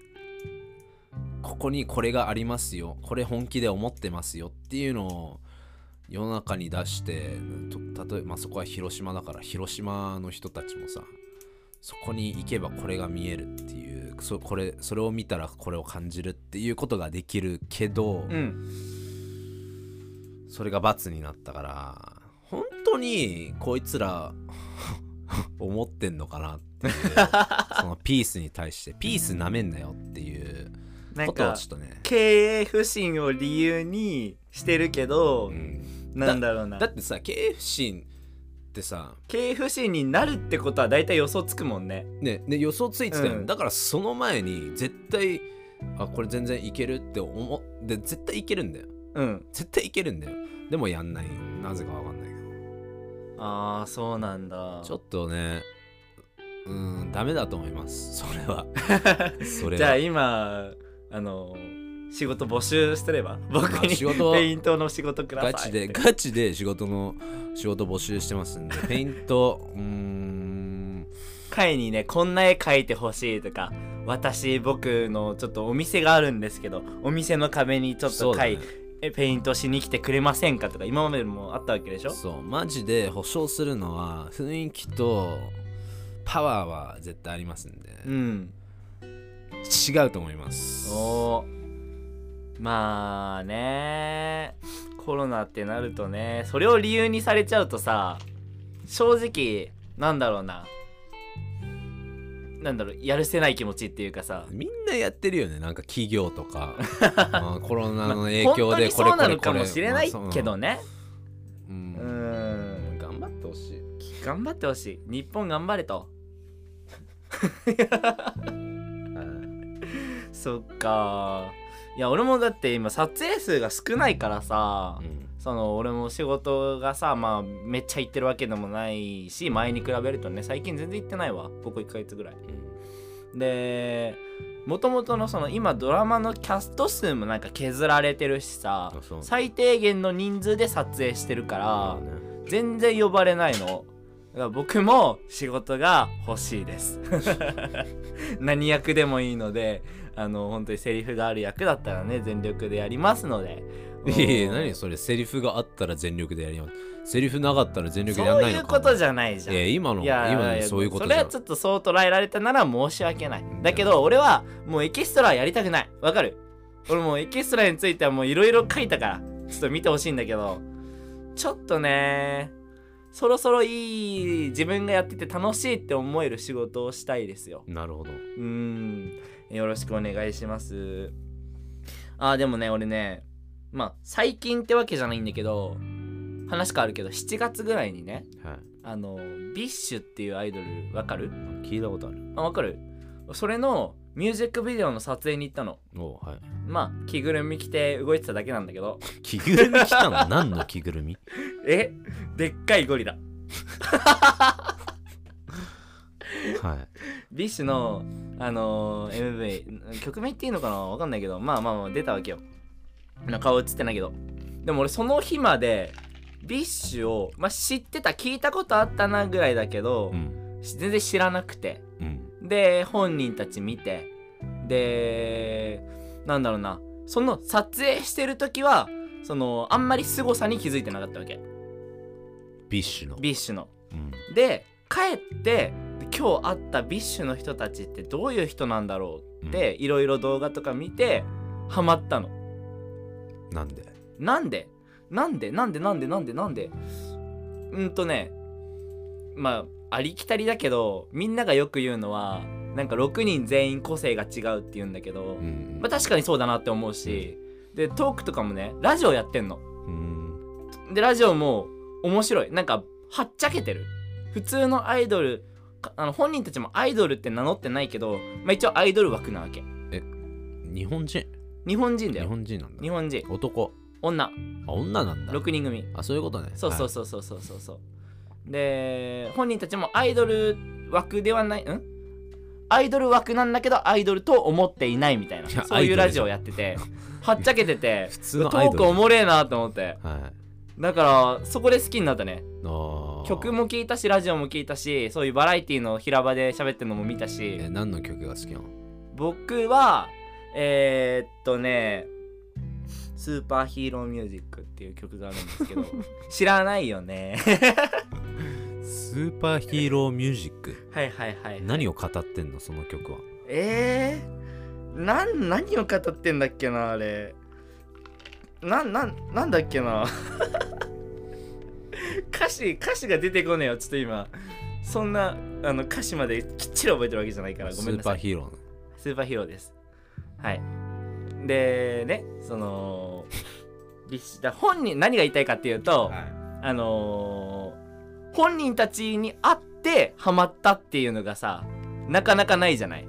ここにこれがありますよこれ本気で思ってますよっていうのを世の中に出してと例えば、まあ、そこは広島だから広島の人たちもさそこに行けばこれが見えるっていうそこれそれを見たらこれを感じるっていうことができるけど、うんそれが罰になったから本当にこいつら 思ってんのかなっていう そのピースに対してピースなめんなよっていうなこんとをかちょっとね、経営不振を理由にしてるけど、うんなんだろうなだってさ経営不振ってさ、経営不振になるってことは大体予想つくもんねねね予想ついてたよ、うんだからその前に絶対あこれ全然いけるって思って絶対いけるんだようん絶対いけるんだよでもやんないなぜかわかんないけどああそうなんだちょっとねうんダメだと思いますそれ はそれはじゃあ今あの仕事募集してれば僕にあ仕事ペイントの仕事くださいガチでガチで仕事の仕事募集してますん でペイントうーん会にねこんな絵描いてほしいとか私僕のちょっとお店があるんですけどお店の壁にちょっとそうだ絵、ねえペイントしに来てくれませんかとか今までもあったわけでしょそうマジで保証するのは雰囲気とパワーは絶対ありますんで、うん違うと思いますおーまあねコロナってなるとねそれを理由にされちゃうとさ正直なんだろうななんだろうやるせない気持ちっていうかさみんなやってるよねなんか企業と かまあコロナの影本響当でにこそれうこなれのこかれもしれないまあけどねそうううんん頑張ってほしい頑張ってほしい日本頑張れと そっかいや俺もだって今撮影数が少ないからさ、うんその俺も仕事がさまあめっちゃ行ってるわけでもないし前に比べるとね最近全然行ってないわここ1ヶ月ぐらいでもともとのその今ドラマのキャスト数もなんか削られてるしさあそう最低限の人数で撮影してるからそうね全然呼ばれないのだから僕も仕事が欲しいです 何役でもいいのであの本当にセリフがある役だったらね全力でやりますのでいやいや何それセリフがあったら全力でやりますセリフなかったら全力でやそんうないいのうかことじゃゃないじゃんいや今のいや今いのやそういうことそじれゃはんちょっとそう捉えられたなら申し訳ないだけど俺はもうエキストラやりたくないわかる俺もうエキストラについてはもういろいろ書いたからちょっと見てほしいんだけどちょっとねそろそろいい自分がやってて楽しいって思える仕事をしたいですよなるほどうーんよろしくお願いしますあーでもね俺ねまあ最近ってわけじゃないんだけど話変わるけど7月ぐらいにねはあのビッシュっていうアイドルわかるい聞いたことあるあわかるそれのミュージックビデオの撮影に行ったのおうはいまあ着ぐるみ着て動いてただけなんだけど着ぐるみ来たの何の着ぐるみ えでっかいゴリラはビッシュのあのー MV 曲名言っていいのかなわかんないけどまあまあまあ出たわけよな顔映ってないけどでも俺その日までビッシュを、まあ、知ってた聞いたことあったなぐらいだけど、いうん全然知らなくてうんで本人たち見てでなんだろうなその撮影してる時はそのあんまり凄さに気づいてなかったわけビッシュのビッシュの。うんで帰って今日会ったビッシュの人たちってどういう人なんだろうっていろいろ動画とか見てハマったの。なんでなんでなんでなんでなんでなんでなんでうんとねまあありきたりだけどみんながよく言うのはなんか6人全員個性が違うって言うんだけど、うんまあ、確かにそうだなって思うしでトークとかもねラジオやってんのうんでラジオも面白いなんかはっちゃけてる普通のアイドルかあの本人たちもアイドルって名乗ってないけど、まあ、一応アイドル枠なわけ日本人日本人だ日よ本人なんだ日本人男女あ女なんだ6人組あそういうことねそうそうそそうそうそうそうそう、で本人たちもアイドル枠ではないんアイドル枠なんだけどアイドルと思っていないみたいないやそういうアイドラルじジゃんオやっててはっちゃけてて 普ト通のアイドークルおもれえなと思ってはいだからそこで好きになったねあー曲も聴いたしラジオも聴いたしそういうバラエティの平場で喋ってるのも見たしえ何の曲が好きなの僕はえー、っとね「スーパーヒーローミュージック」っていう曲があるんで すけど知らないよね スーパーヒーローミュージックはいはいはい何を語ってんのその曲はえー、なん何を語ってんだっけなあれなんなんなんだっけな 歌詞歌詞が出てこねえよちょっと今そんなあの歌詞まできっちり覚えてるわけじゃないからごスめんーなパさーいヒーローのスーパーヒーローですはいでねその ビッシュだ本人何が言いたいかっていうと、あのー本人たちに会ってハマったっていうのがさなかなかないじゃない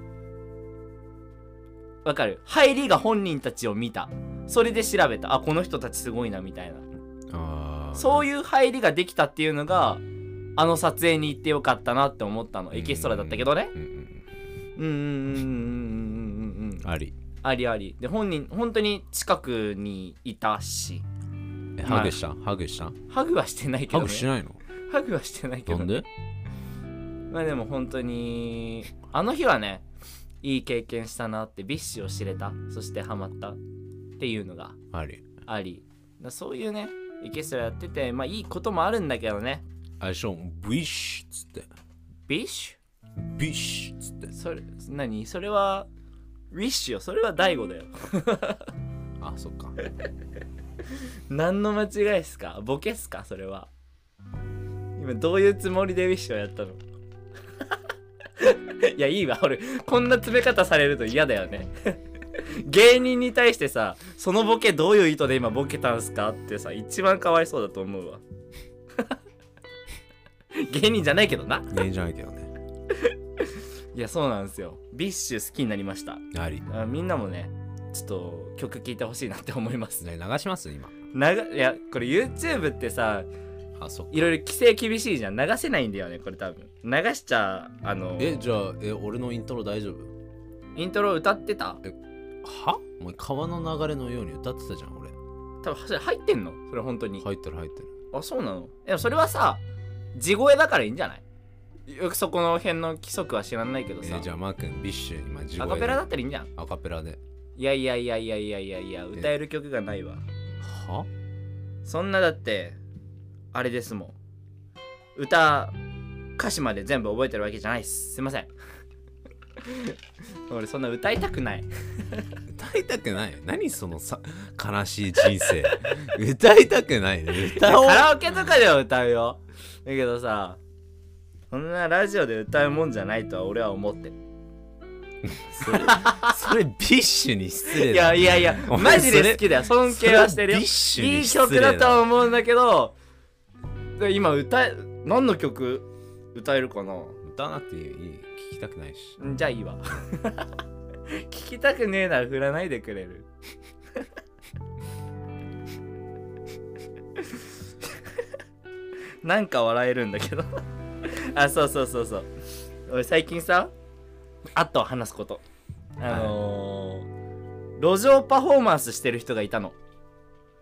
わかる入りが本人たちを見たそれで調べたあこの人たちすごいなみたいなあーそういう入りができたっていうのがあの撮影に行ってよかったなって思ったのエキストラだったけどねうんうんうんうんうんうんうんうんうんうんありありありで本人本当に近くにいたしえまあハグしたハグしたハグはしてないけハど、ねグ、しないのハグはしてないけど、なね、んでまあでも本当にあの日はねいい経験したなってビッシュを知れたそしてハマったっていうのがありありだそういうねエキストラやっててまあいいこともあるんだけどねあれでしょビッシュっつってビッシビッシュっつってュそれ何それはウィッシュよそれは大悟だよあそっか何の間違いっすかボケっすかそれは今どういうつもりでウィッシュをやったの いやいいわ俺こんな詰め方されると嫌だよね芸人に対してさそのボケどういう意図で今ボケたんすかってさ一番かわいそうだと思うわ 芸人じゃないけどな芸人じゃないけどねいやそうなんですよビッシュ好きになりましたありあみんなもねちょっと曲聴いてほしいなって思いますねね流します今長いやこれ YouTube ってさあそっかいろいろ規制厳しいじゃん流せないんだよねこれ多分流しちゃあのえじゃあえ俺のイントロ大丈夫イントロ歌ってたはお前川の流れのように歌ってたじゃん俺多分それ入ってんのそれ本当に、入ってる入ってるあそうなのでもそれはさ地声だからいいんじゃないよくそこの辺の規則は知らないけどえさ、じゃあマー君ビッシュ今地ア声カペラでだったらいいんじゃんアカペラでいやいやいやいやいやいやいや歌える曲がないわはそんなだってあれですもん歌歌詞まで全部覚えてるわけじゃないっすすいません 俺そんな歌いたくない歌いたくないよ何そのさ悲しい人 生歌いたくないね歌おうカラオケとかでは歌うよだけどさそんなラジオで歌うもんじゃないとは俺は思ってるそれそれビッシュに失礼いだやいやいやお前マジで好きだよ尊敬はしてるそれはよビッシュいにい失礼曲だとは思うんだけどで今歌え何の曲歌えるかな歌わなくていいいい聞きたくないしんじゃあいいわ 聞きたくねえなら振らないでくれる なんか笑えるんだけど あそうそうそうそう俺最近さあと話すことあのー路上パフォーマンスしてる人がいたの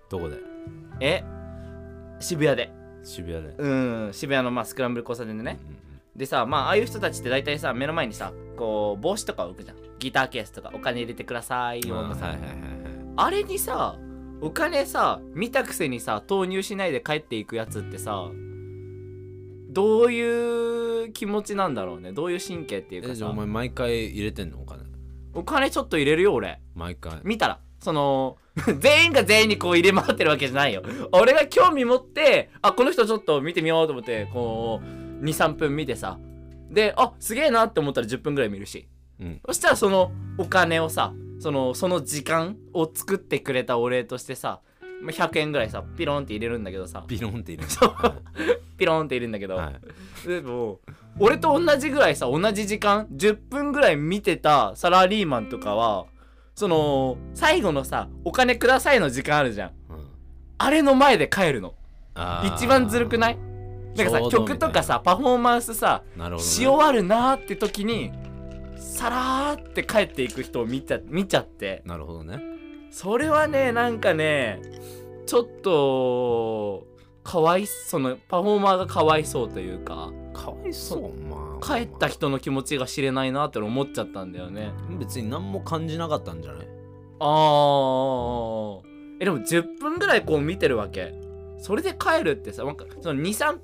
どこでえ渋谷で渋谷でうん渋谷のまあスクランブル交差点でねでさまあああいう人たちって大体さ目の前にさこう帽子とかを置くじゃんギターケースとかお金入れてくださいうんうんようんとあさ、はいはいはいはいあれにさお金さ見たくせにさ投入しないで帰っていくやつってさどういう気持ちなんだろうねどういう神経っていうえかじゃあさお前毎回入れてんのお金お金ちょっと入れるよ俺毎回見たらその 全員が全員にこう入れ回ってるわけじゃないよ俺が興味持ってあこの人ちょっと見てみようと思ってこう23分見てさであすげえなって思ったら10分ぐらい見るしうんそしたらそのお金をさそのその時間を作ってくれたお礼としてさまあ100円ぐらいさピロンって入れるんだけどさビロンって入れるそうはピロンって入れるんだけいど、はいでも俺と同じぐらいさ同じ時間10分ぐらい見てたサラリーマンとかはその最後のさ「お金ください」の時間あるじゃんうんあれの前で帰るのあー一番ずるくないなんかちょさうどみた曲いなとかさパフォーマンスさなるほどねし終わるなーって時にさらーって帰っていく人を見ちゃ見ちゃってなるほどねそれはねなんかねちょっとかわいそのパフォーマーがかわいそうというかかわいそうまあ帰った人の気持ちが知れないなって思っちゃったんだよね別に何も感じなかったんじゃないあーえでも10分ぐらいこう見てるわけそれで帰るってさなんかその23ん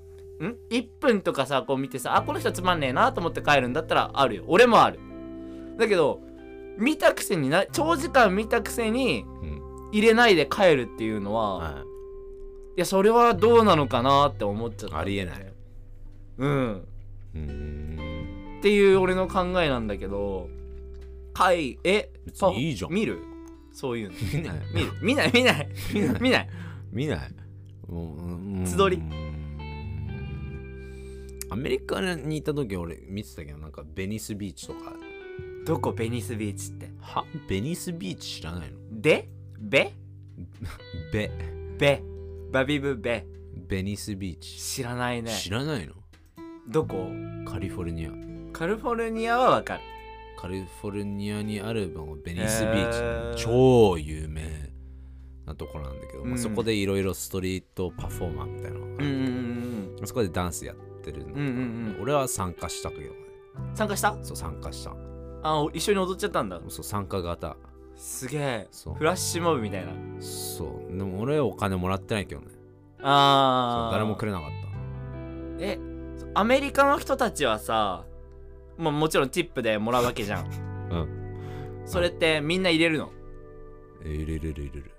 1分とかさこう見てさあこの人つまんねえなと思って帰るんだったらあるよ俺もあるだけど見たくせにな長時間見たくせにうん入れないで帰るっていうのは、い、はいやそれはどうなのかなって思っちゃったありえないうんうーんっていう俺の考えなんだけどはいえ別にいいじゃん見るそういうの見ない見 る見ない見ない見ない見ない見ないもううん素通りアメリカにいた時俺見てたけどなんかベニスビーチとかどこベニスビーチってはベニスビーチ知らないのでベベベバビブベベニスビーチ、知らないね知らないのどこカリフォルニアカリフォルニアはわかるカリフォルニアにあるもうベニスビーチ、へー超有名なところなんだけど、まうあ、んそこでいろいろストリートパフォーマーみたいなのうがあるんうだけんど、んそこでダンスやってるの、うんうんうんうん俺は参加したけどね参加したそう参加したあお一緒に踊っちゃったんだそう参加型すげえそうフラッシュモブみたいなそうでも俺お金もらってないけどねそあうあ誰もくれなかっえアメリカの人たちはさ、まあ、もちろんティップでもらうわけじ ゃんたうんそれってみんな入れるのえ入れる入れる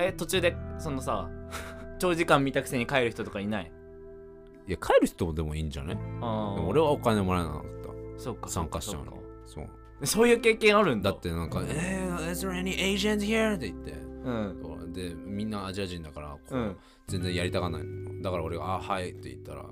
え途中でそのさ長時間見たくせに帰る人とかいないいや帰る人もでもいいんじゃねあであも俺はお金もらえなかっそうかた参加しちゃうのそそうかそういう経験あるんだだってなんか「えー、is there any Asians here?」って言ってうんでみんなアジア人だからこう、うん全然やりたがらないのだから俺が「あはい」って言ったら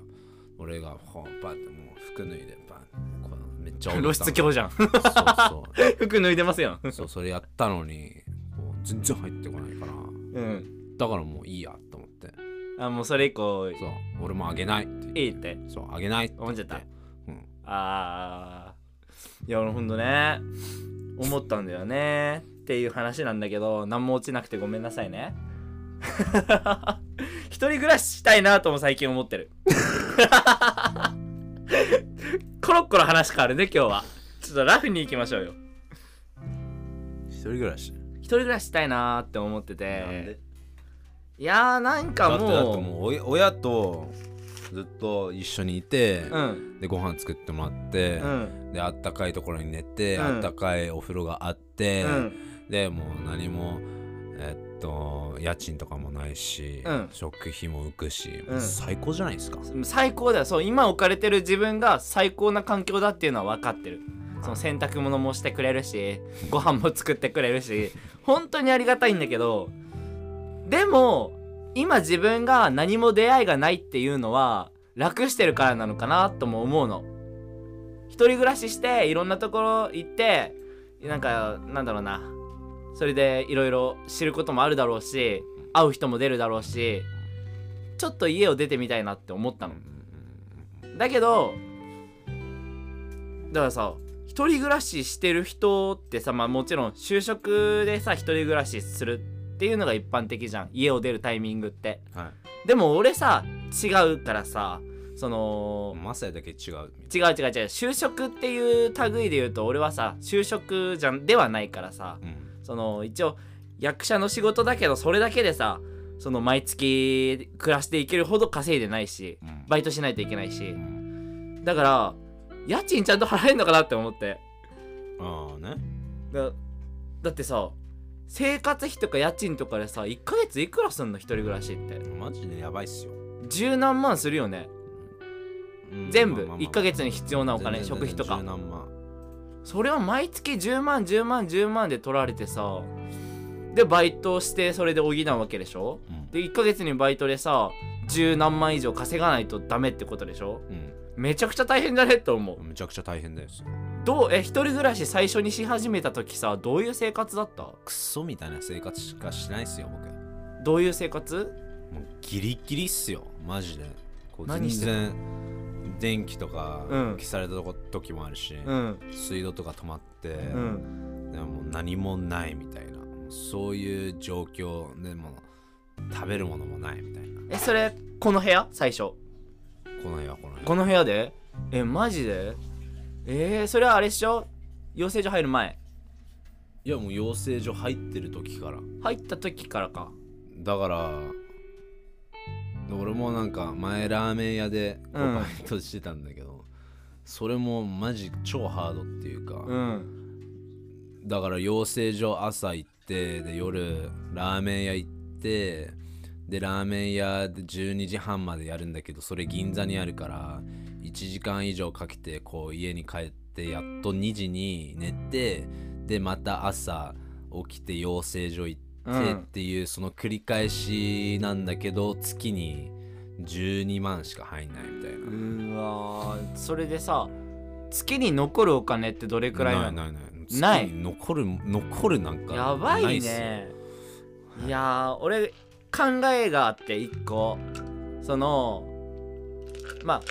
俺がほんパッてもう服脱いでパンこうめっちゃ踊った露出狂じゃん そうそう服脱いでますやんそうそれやったのにこう全然入ってこないからうんだからもういいやと思ってあもうそれ以降いそう俺もあげないっていってそうあげないって言思っちゃったうんあーいやほんとね思ったんだよねっていう話なんだけど何も落ちなくてごめんなさいね 一人暮らししたいなとも最近思ってる コロッコロ話変わるね今日はちょっとラフに行きましょうよ一人暮らし一人暮らししたいなーって思ってなんでていやーなだんかってだってももう親親とずっと一緒にいて、ううんでご飯作ってもらって、うんであったかいところに寝て、うんあったかいお風呂があって、うんでもう何もえっと家賃とかもないし、うん食費も浮くし、うん最高じゃないですか、最高だよそう今置かれてる自分が最高な環境だっていうのは分かってるその洗濯物もしてくれるしご飯も作ってくれるし本当にありがたいんだけどでも今自分が何も出会いがないっていうのは楽してるからなのかなとも思うの一人暮らししていろんなところ行ってなんかなんだろうなそれでいろいろ知ることもあるだろうし会う人も出るだろうしちょっと家を出てみたいなって思ったのだけどだからさ一人暮らししてる人ってさまあもちろん就職でさ一人暮らしするっていうのが一般的じゃん家を出るタイミングってはでも俺さ違うからさそいのマサヤだけ違うみた違う違う違う就職っていう類で言うと俺はさ就職じゃんではないからさいな、その一応役者の仕事だけどそれだけでさその毎月暮らしていけるほど稼いでないしうんうんバイトしないといけないしうんだから家賃ちゃんと払えるのかなって思ってああねだだってさ生活費とか家賃とかでさ1ヶ月いくらすんの一人暮らしってマジでやばいっすよ、十何万するよねうん全ま部あまあまあ1ヶ月に必要なお金全然食費とか十何万それを毎月10万10万10万で取られてさでバイトしてそれで補うわけでしょうんで1ヶ月にバイトでさ10何万以上稼がないとダメってことでしょめちゃくちゃ大変じゃねって思ううん、めちゃくちゃ大変だよそれどうえ一人暮らし最初にし始めた時さどういう生活だったクソみたいな生活しかしないっすよ僕どういう生活もうギリギリっすよマジでこう何してる全然電気とかうん消されたとこ時もあるし、ん水道とか止まって、うんでももう何もないみたいなそういう状況でも食べるものもないみたいなえそれこの部屋最初この辺はこの辺この部屋でえマジでえー、それはあれっしょ養成所入る前いやもう養成所入ってる時から入った時からかだから俺もなんか前ラーメン屋でこううんバイトしてたんだけど、それもマジ超ハードっていうか、うんだから養成所朝行ってで夜ラーメン屋行ってでラーメン屋で12時半までやるんだけどそれ銀座にあるから1時間以上かけてこう家に帰ってやっと2時に寝てでまた朝起きて養成所行ってうっんていうその繰り返しなんだけど月に12万しか入んないみたいうな。ーわーそれでさ月に残るお金ってどれくらいなのないないないない月に残る残るなんかやばないっすよねいやー俺考えがあって一個そのまあ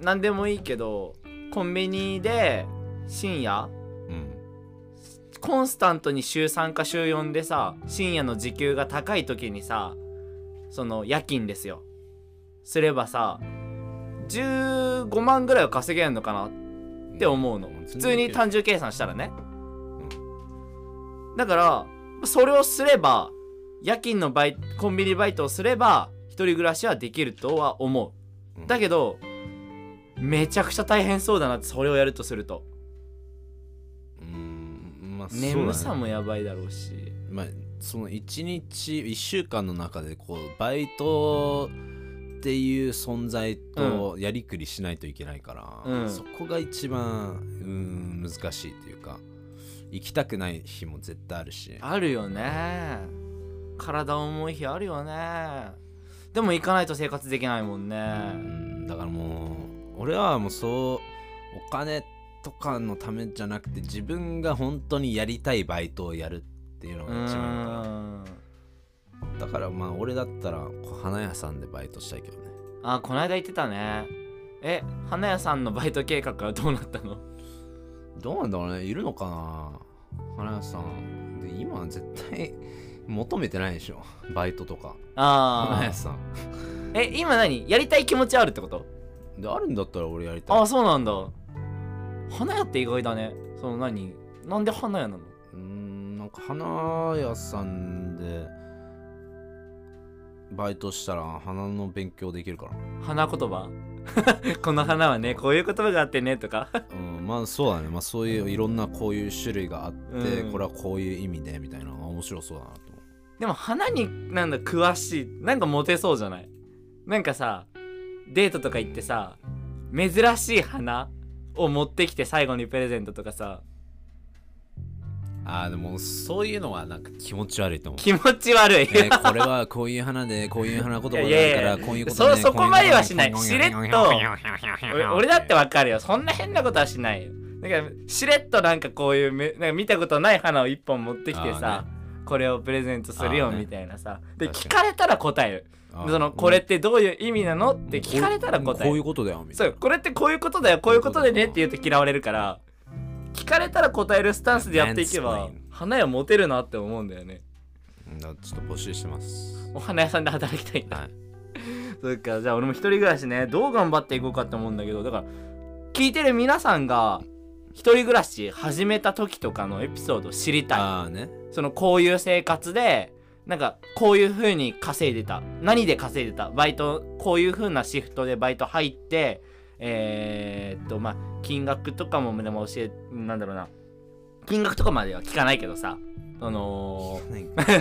何でもいいけどコンビニで深夜うんコンスタントに週3か週4でさ深夜の時給が高い時にさその夜勤ですよすればさ15万ぐらいは稼げるのかなって思うのうん普通に単純計算したらね、うだからそれをすれば夜勤のバイコンビニバイトをすれば一人暮らしはできるとは思ううんだけどめちゃくちゃ大変そうだなってそれをやるとするとうーんまあそうだね眠さもやばいだろうしまあ、その1日1週間の中でこうバイトっていう存在とやりくりしないといけないから、うんそこが一番うーん難しいというか行きたくない日も絶対あるしあるよね体重い日あるよねでも行かないと生活できないもんうねんだからもう俺はもうそうお金とかのためじゃなくて自分が本当にやりたいバイトをやるっていうのうが一番いいかなんだからまあ俺だったらこう花屋さんでバイトしたいけどねあこの間言ってたねえ花屋さんのバイト計画はどうなったのどうなんだろうねいるのかな花屋さんで今は絶対求めてないでしょバイトとか花あ屋さんあえ今何やりたい気持ちあるってことであるんだったら俺やりたいああそうなんだ花屋って意外だねその何なんで花屋なのうーんなんか花屋さんでバイトしたら花の勉強できる から花言葉 この花はねこういう言葉があってねとかうんまあそうだねまあそういういろんなこういう種類があって、うんこれはこういう意味でみたいなのが面白そうだなと思でも花になんだ詳しいなんかモテそうじゃないなんかさデートとか行ってさ珍しい花を持ってきて最後にプレゼントとかさうああでもそういうのはなんか気持ち悪いと思う気持ち悪い、えーこれはこういう花でこういう花言葉があいやいるやいかやらこういうことそでそこまではしないこうしれっと俺俺 俺だってわかるよそんな変なことはしないよだからしれっとなんかこういうめなんか見たことない花を一本持ってきてあーさ、これをプレゼントするあよーねみたいなさ、で確聞かかれたら答えるそのこれってどういう意味なのって聞かれたら答こえるういうことだよみたそいうなこれってこういうことだよこういうことでねって言うと嫌われるから聞かれたら答えるスタンスでやっていけ Mansplain ば花屋モテるなって思うんだよねうんだからちょっと募集してますお花屋さんで働きたいんだはい そっかじゃあ俺も一人暮らしねどう頑張っていこうかって思うんだけどだから聞いてる皆さんが一人暮らし始めた時とかのエピソードを知りたああねいそのこういう生活でなんかこういう風に稼いでた何で稼いでたバイトこういう風なシフトでバイト入ってえー、っとまあ金額とかもでも教えなんだろうな金額とかまでは聞かないけどさその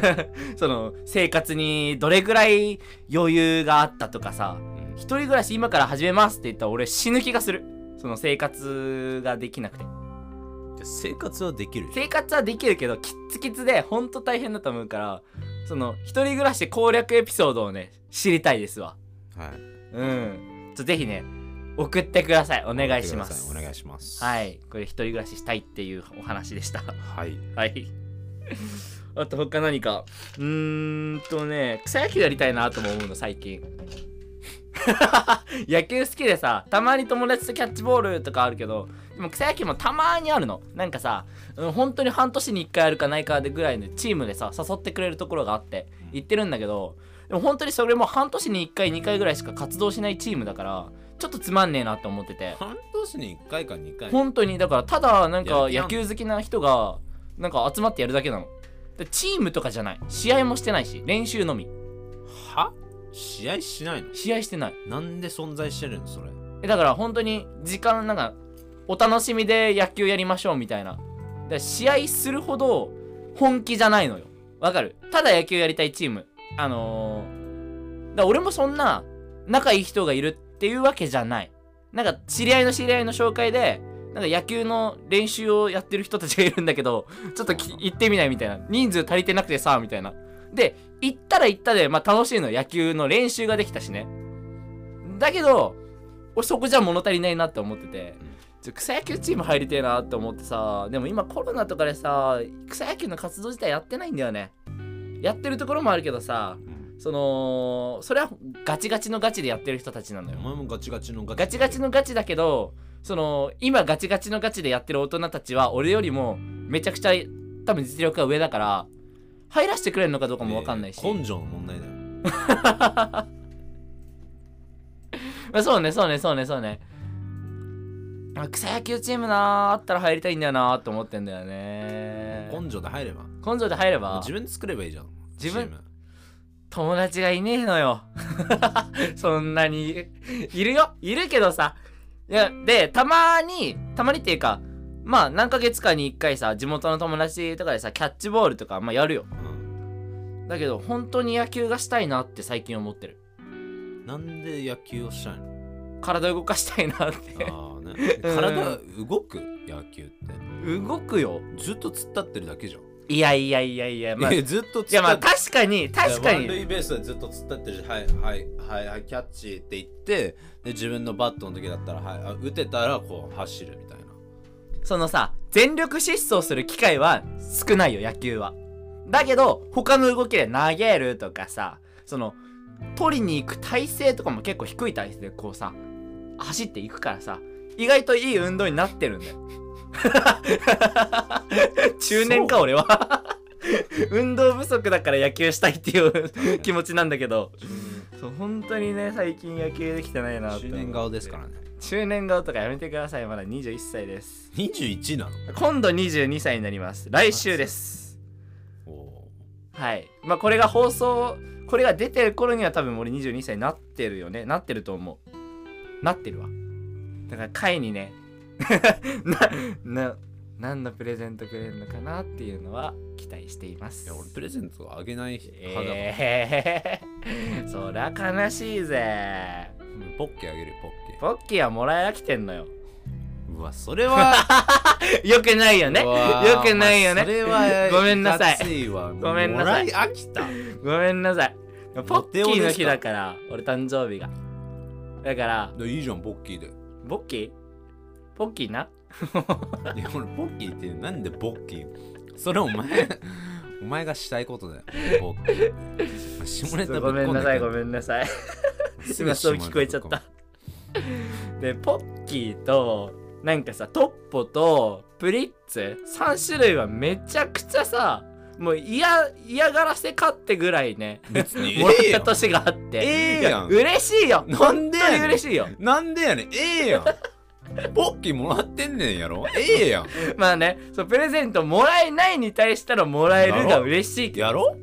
その生活にどれぐらい余裕があったとかさうん一人暮らし今から始めますって言ったら俺死ぬ気がするその生活ができなくてで生活はできるでしょ生活はできるけどキッツキツでほんと大変だと思うからその一人暮らし攻略エピソードをね知りたいですわはいうんちょぜひね送ってくださいお願いしますお願いしますはいこれ一人暮らししたいっていうお話でしたはいはい。あと他何か。うーんとね、草野球やりたいなとも思うの、最近。 野球好きでさ、たまに友達とキャッチボールとかあるけど、でも草野球もたまにあるの。なんかさ、うん本当に半年に1回あるかないかでぐらいのチームでさ、誘ってくれるところがあって、行ってるんだけど、でも本当にそれも半年に1回、2回ぐらいしか活動しないチームだから、ちょっとつまんねえなって思ってて。半年に1回か2回本当にだからただなんかや野る気球好きな人がなんか集まってやるだけなのでチームとかじゃない試合もしてないし練習のみは試合しないの試合してないなんで存在してるのそれえだから本当に時間なんかお楽しみで野球やりましょうみたいなだから試合するほど本気じゃないのよわかるただ野球やりたいチームあのー、だから俺もそんな仲いい人がいるっていうわけじゃないなんか知り合いの知り合いの紹介でなんか野球の練習をやってる人たちがいるんだけどちょっとき行ってみないみたいな人数足りてなくてさみたいなで行ったら行ったで、まあ、楽しいのよ野球の練習ができたしねだけど俺そこじゃ物足りないなって思っててうんちょ草野球チーム入りてえなって思ってさでも今コロナとかでさ草野球の活動自体やってないんだよねやってるところもあるけどさそのそれはガチガチのガチでやってる人たちなのおよ前もガチガチのガチガチガチのガチだけどその今ガチガチのガチでやってる大人たちは俺よりもめちゃくちゃ多分実力が上だから入らせてくれるのかどうかも分かんないし、根性の問題だよまあそうねそうねそうねそうねあ草野球チームなーあったら入りたいんだよなーと思ってんだよね根性で入れば根性で入れば自分で作ればいいじゃん自分 CM 友達がいねえのよ そんなにいるよいるけどさいやでたまにたまにっていうかまあ何ヶ月かに1回さ地元の友達とかでさキャッチボールとか、まあ、やるようんだけど本当に野球がしたいなって最近思ってるなんで野球をしたいの体動かしたいなってああ ね体動く野球って動くよずっと突っ立ってるだけじゃん、いやいやいやいやまあいいやずっと突っ立やまあって確かに確かいや満に塁ベースでずっと突っ立ってるしはいはいはいはいキャッチって言ってで自分のバットの時だったらはいあ打てたらこう走るみたいなそのさ全力疾走する機会は少ないよ野球はだけど他の動きで投げるとかさその取りに行く体勢とかも結構低い体勢でこうさ走っていくからさ意外といい運動になってる んだよ中年かそう俺は運動不足だから野球したいっていう気持ちなんだけどそう本当にね最近野球できてないなっ中て思って年顔ですからね中年顔とかやめてくださいまだ21歳です21なの今度22歳になります来週ですおはいまあこれが放送これが出てる頃には多分俺22歳になってるよねなってると思うなってるわだから会にね なな何のプレゼントくれるのかなっていうのは期待していますーいや俺プレゼントあげない派だもん、えー、 そりゃ悲しいぜポッケあげるよポッケポッキーはもらえ飽きてんのようわそれはよくないよねうわーよくないよねお前それはごめんなさいかついわごめんなさいもらい飽きたごめんなさい。ポッキお手ーをのです日かだから、俺誕生日が。だから、いやいいじゃんポッキーでポッキーポッキーないや俺ポッキーってなんでポッキーそれお前 お前がしたいことだよポッキー下ネタぶごっめ込んんだなさい、けどごめんなさい。すぐ今 そう下ネ聞タこえちゃった。で、ポッキーと、なんかさ、トッポとプリッツ、3種類はめちゃくちゃさ、もう嫌、嫌がらせかってぐらいね、別にもらええっやたん年があって。ええやんい嬉しいよなんでやねん本当に嬉しいよなんでやねんええやんポッキーもらってんねんやろええやんまあねそうプレゼントもらえないに対したらもらえるが嬉しいけどやろ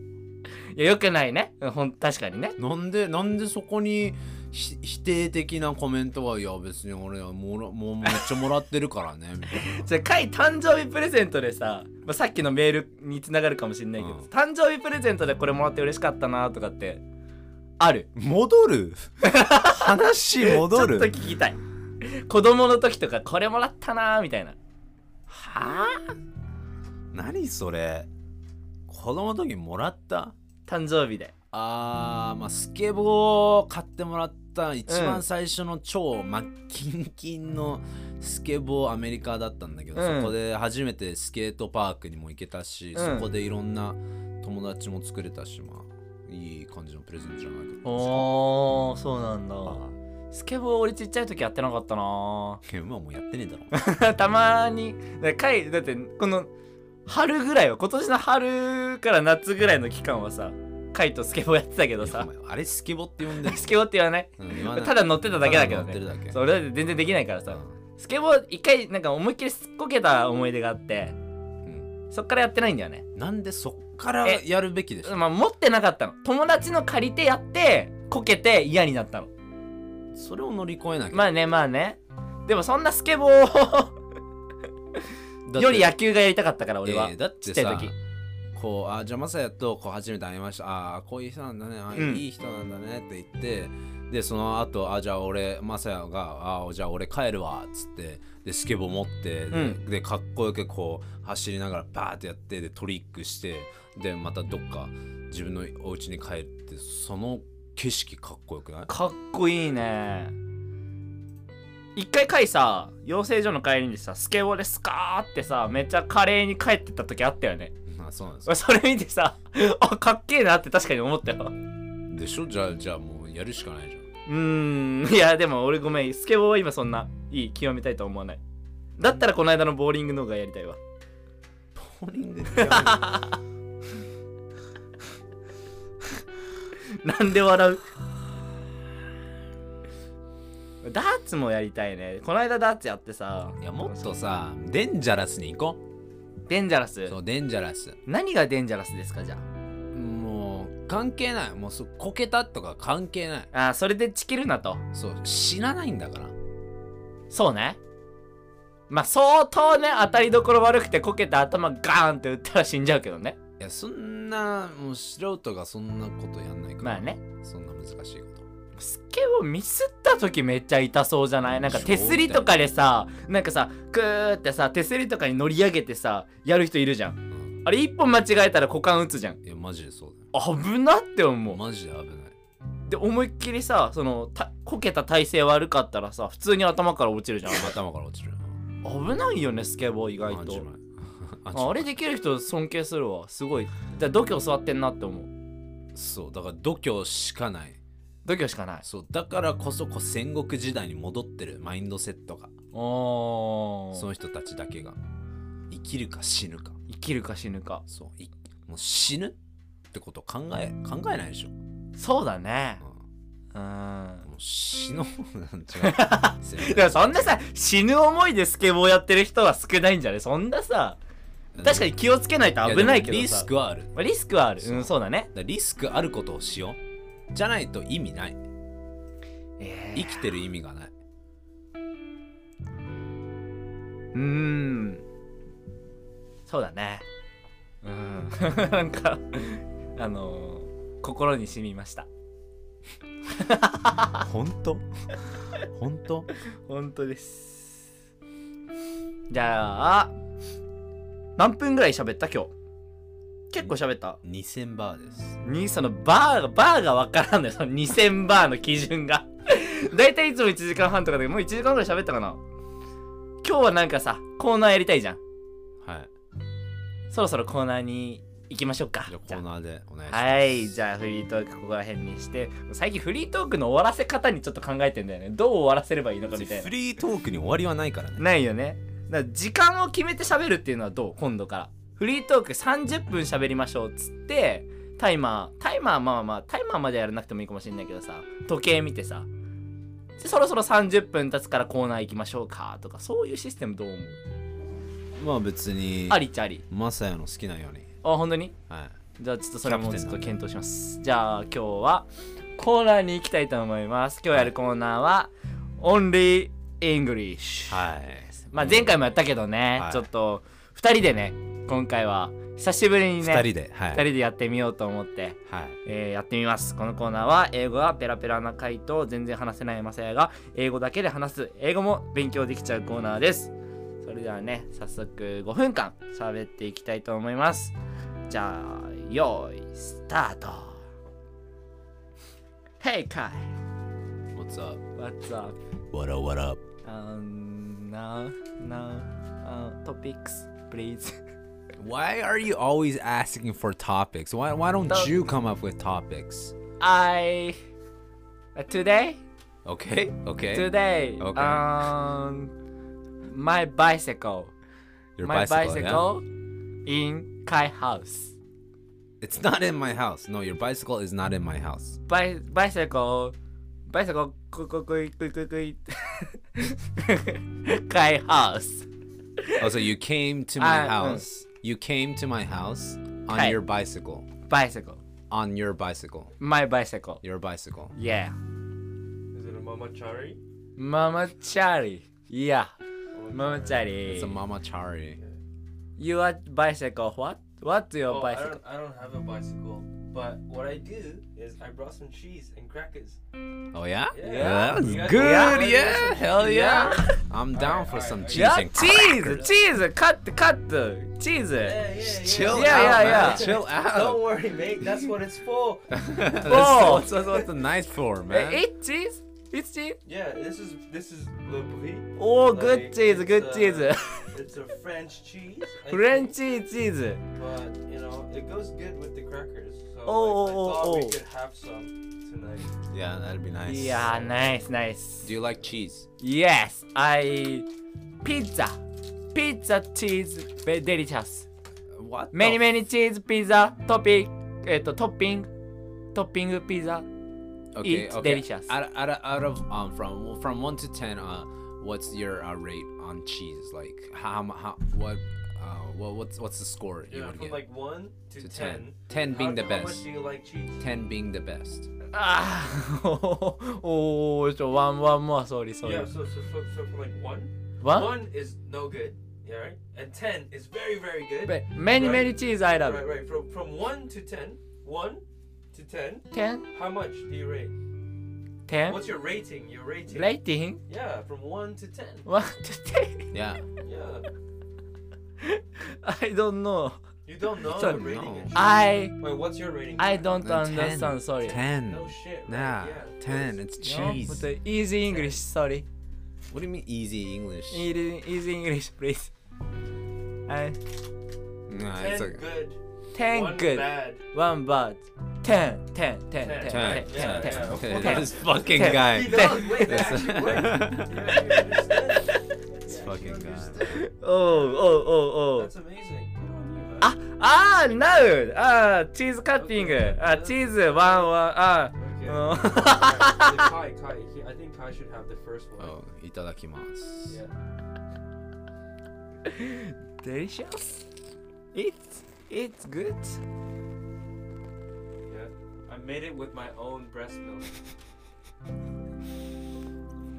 いやよくないねうんほん確かにねなんでなんでそこにひ否定的なコメントはいや別に俺はもらもうめっちゃもらってるからねみたいなじゃあ回誕生日プレゼントでさ、まあ、さっきのメールにつながるかもしれないけど、うん誕生日プレゼントでこれもらって嬉しかったなとかってある戻る話戻ちょっると聞きたい子供の時とかこれもらったなみたいなはあ何それ子供の時もらった誕生日であーまあスケボーを買ってもらった一うん番最初の超、まあ、キンキンのスケボーアメリカだったんだけど、うんそこで初めてスケートパークにも行けたし、うんそこでいろんな友達も作れたしまあいい感じのプレゼントじゃないかおーそうなんだスケボー俺ちっちゃい時やってなかったないや今もうやってねえだろ たまにだ回だってこの春ぐらいは今年の春から夏ぐらいの期間はさ海とスケボーやってたけどさいやお前あれスケボーって呼んでるスケボーって言わないうん言わないただ乗ってただけだけどねた乗ってるだけそれだって全然できないからさ、うスケボー一回なんか思いっきりすっこけた思い出があってんそっからやってないんだよねうんなんでそっからえやるべきでしょまあ持ってなかったの友達の借りてやってこけて嫌になったのそれを乗り越えなきゃ、まあねまあねでもそんなスケボーだってより野球がやりたかったから俺は、えーだってちっちゃいさ時こうあじゃあまさやとこう初めて会いましたああこういう人なんだねあ、うんいい人なんだねって言ってでその後あじゃあ俺まさやがあじゃあ俺帰るわっつってでスケボー持ってで,、うんでかっこよくこう走りながらバーってやってでトリックしてでまたどっか自分のお家に帰ってその景色かっこよくないかっこいいね一回回さ養成所の帰りにさスケボーでスカーってさめっちゃ華麗に帰ってった時あったよねあそうなんですよ俺それ見てさあかっけえなって確かに思ったよでしょじゃあじゃあもうやるしかないじゃんうーんいやでも俺ごめんスケボーは今そんないい極めたいとは思わないだったらこの間のボーリングの方がやりたいわボーリングってやるのなんで笑うダーツもやりたいねこの間ダーツやってさいやもっとさデンジャラスに行こうデンジャラスそうデンジャラス何がデンジャラスですかじゃもう関係ないもうそこけたとか関係ないああーそれでチキるなとそう死なないんだからそうねまあ相当ね当たりどころ悪くてこけて頭ガーンって打ったら死んじゃうけどねいやそんなもう素人がそんなことやんないからまあねそんな難しいことスケをミスった時めっちゃ痛そうじゃないなんか手すりとかでさなんかさクーってさ手すりとかに乗り上げてさやる人いるじゃんうんあれ一本間違えたら股間打つじゃんいやマジでそうだよ危なって思うマジで危ないで思いっきりさそのたこけた体勢悪かったらさ普通に頭から落ちるじゃん頭から落ちるよ危ないよねスケボー意なマ外ジでとあああれできる人尊敬するわすごいだ度胸座ってんなって思う そうだから度胸しかない度胸しかないそうだからこそこう戦国時代に戻ってるマインドセットがおそーの人たちだけが生きるか死ぬか生きるか死ぬかそういもう死ぬってことを考え考えないでしょ、そうだねううんん、もう死の違う すいませんでもそんなさ死ぬ思いでスケボーやってる人は少ないんじゃないそんなさ確かに気をつけないと危ないけやでどさもリスクはあるだかまあリスクはあるそううんそうだねらリスクあることをしようじゃないと意味 ないえ生きてる意味がないー、うーんそうだねうん なんかあのー、心に染みました本 当本当本当ですじゃあ何分ぐらい喋った今日結構喋った2000バーですにそのバーがバーが分からんのよその2000バーの基準が だいたいいつも1時間半とかでもう1時間ぐらい喋ったかな今日はなんかさコーナーやりたいじゃんはいそろそろコーナーに行きましょうかじゃあコじゃーあナーでお願いしますはいじゃあフリートークここら辺にして最近フリートークの終わらせ方にちょっと考えてんだよねどう終わらせればいいのかみたいフなリートークに終わりはないからねないよねだから時間を決めて喋るっていうのはどう今度からフリートーク30分喋りましょうっつってタイマータイマーまあまあまあタイマーまでやらなくてもいいかもしれないけどさ時計見てさでそろそろ30分経つからコーナー行きましょうかとかそういうシステムどう思うまあ別にありっちゃありマサヤの好きなようにあ本当にはいじゃあちょっとそれもちょっと検討しますじゃあ今日はコーナーに行きたいと思います今日やるコーナーは「Only English」はいまあ、前回もやったけどね、はいちょっと2人でね今回は久しぶりにね2人ではい二人でやってみようと思って、はいえーやってみますこのコーナーは英語がペラペラな回と全然話せないマサヤが英語だけで話す英語も勉強できちゃうコーナーですそれではね早速5分間喋っていきたいと思いますじゃあ用意スタート Hey Kai What's up? what's up What up, what up? Um, now, now, uh, topics, please. Why are you always asking for topics? Why, why don't The- you come up with topics? I uh, today, Okay, okay. today, Okay. um, my bicycle, Your my bicycle, bicycle, in Kai house. yeah? It's not in my house. No, your bicycle is not in my house. Bi- bicycle, bicycle, kui- kui- kui- kui- kui- kui. Kai house. Oh, so you came to my Uh, mm. house. You came to my house on Hi. your bicycle. Bicycle, On your bicycle. my bicycle. Your bicycle. Yeah, Is it a mama chari? Mama Charlie. Yeah, Oh, Mama Charlie. It's a mama chari. You are bicycle. What? What's your Oh, I bicycle? don't, I don't have a bicycle. But what I do is I brought some cheese and crackers. Oh yeah? Yeah. that was You guys- good. Yeah, Yeah. hell yeah. I'm down Alright, for some alright, cheese Oh, Yeah, and cheese, cheese, cut, cut, cheese. Yeah, yeah, yeah. Chill Yeah, out. yeah, man. yeah. Chill out. Don't worry, mate. That's what it's for. that's, Whoa. that's- that's what the night's for, man. Eh, Eat cheese, eat cheese. Yeah, this is this is le brie. Oh, Like, good cheese, good it's, cheese. uh, It's a French cheese. I French think, cheese, cheese. But you know, it goes good with the crackers. So Oh, like, I oh, thought oh. we could have some tonight. Yeah, that'd be nice. Yeah, nice, nice. Do you like cheese? Yes, I pizza, pizza cheese, very delicious. What? Many, many cheese, pizza, topping, eh, to- topping, topping pizza. eat delicious. Out, out, of- out of um from from one to ten, uh, what's your uh, rate on cheese? Like how mu- how what Uh, what, what's what's the score you Yeah, would from get? like one to, To 10. 10 being the how, How best. much do you like cheese? 10 being the best. ああ、おーおー、ちょ、ワンワンも、sorry、 Yeah, sorry。 so, so, so, so from like one, ワン one is no good, yeah, right? And 10 is very, very good. ?Many, many cheese I love. Right, right. From, from one to 10, one to 10, 10? how much do you rate? 10? What's your rating? Your rating? Rating? Yeah, from one to 10. 1 to 10? Yeah. Yeah. I don't know. You don't know So- what rating No. is. I, Wait, what's your rating? I don't Then 10, understand, sorry. 10. No shit. Nah, Right? yeah. 10. It's No? cheese. But, uh, Easy English, sorry. What do you mean easy English? Easy easy English, please. I, Nah, 10 it's okay. good, 10 one good, bad. 1 bad. 10, 10, 10, 10, 10. 10, 10, 10. Okay, Okay. This fucking 10. He guy. knows. Wait, that actually worked. Yeah, you understand. This Yeah, fucking you guy. understand. おうおうおうおう That's amazing. Good on you, man. ああーなうあーチーズカッティングあチーズワンワンあ Okay. ーうん Alright, so Kai, Kai, he, I think Kai should have the first one. Oh, itadakimasu. Yeah. Delicious It's It's good Yeah. I made it with my own breast milk.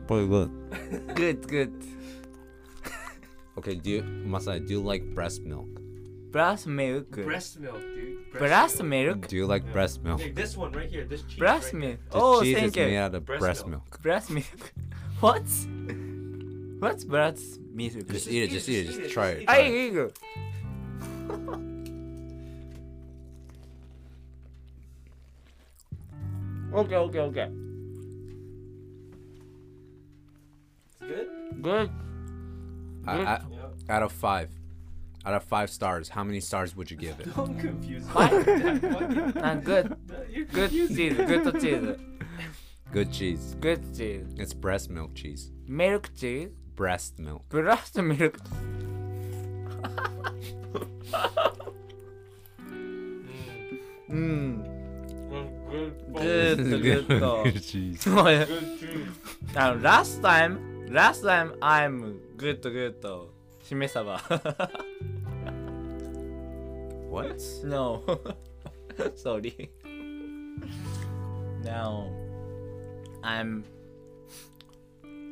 Probably good. Good good Okay, do you, Masai, do you like breast milk? ブラスミルク Breast milk, dude. ブラス milk. ミルク Do you like Yeah. breast milk? Hey, this one right here, this cheese. ブラス right ミル here. ク The Oh cheese is thank made you out of Breast breast milk. milk. ブラスミルク What? What's ブラスミルク Just eat it, just eat it, just try it. あいいよ OK OK OK It's good? Good I, I, Mm-hmm. Yeah. out of five, out of five stars, how many stars would you give it? Don't confuse me. Why? That fucking- and good You're good confusing. cheese good cheese Good cheese. good cheese It's breast milk cheese. milk cheese Breast milk. breast milk Mm. うん Well, Mm. Good. Good. This is good though. good cheese. そうや Good cheese. あの last time last time I'm good good しめさば What? No sorry Now I'm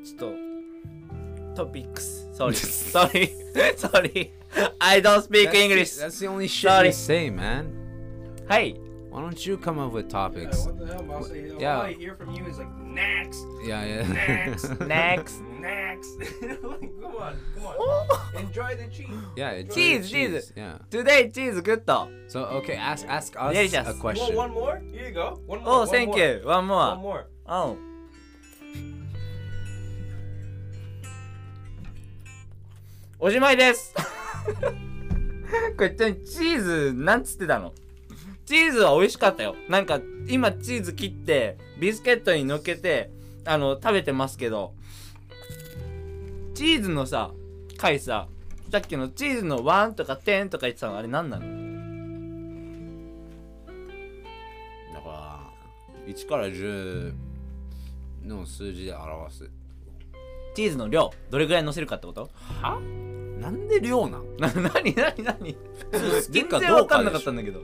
ちょっとトピックス sorry sorry sorry I don't speak That's the- English That's the only shit Sorry. you say, man. はい Why don't you come up with Yeah, topics? what the hell, Mousy? All Yeah. I hear from you is like, next, Yeah, yeah. Next. next next. like, come on, come on. Enjoy the cheese. yeah, it's Cheese, really cheese. Yeah. Today cheese good So okay, ask ask us Delicious. a You want question. one more? Here you go. One more. Oh one thank more. you one One more more. うんおしまいです これちょチーズなんつってたのチーズは美味しかったよなんか今チーズ切ってビスケットにのっけてあの食べてますけどチーズのさ回ささっきのチーズのワンとかテンとか言ってたのあれ何なのだから1から10の数字で表す。チーズの量どれぐらい乗せるかってこと はなんで量なんな何何何普通全然分かんなかったんだけど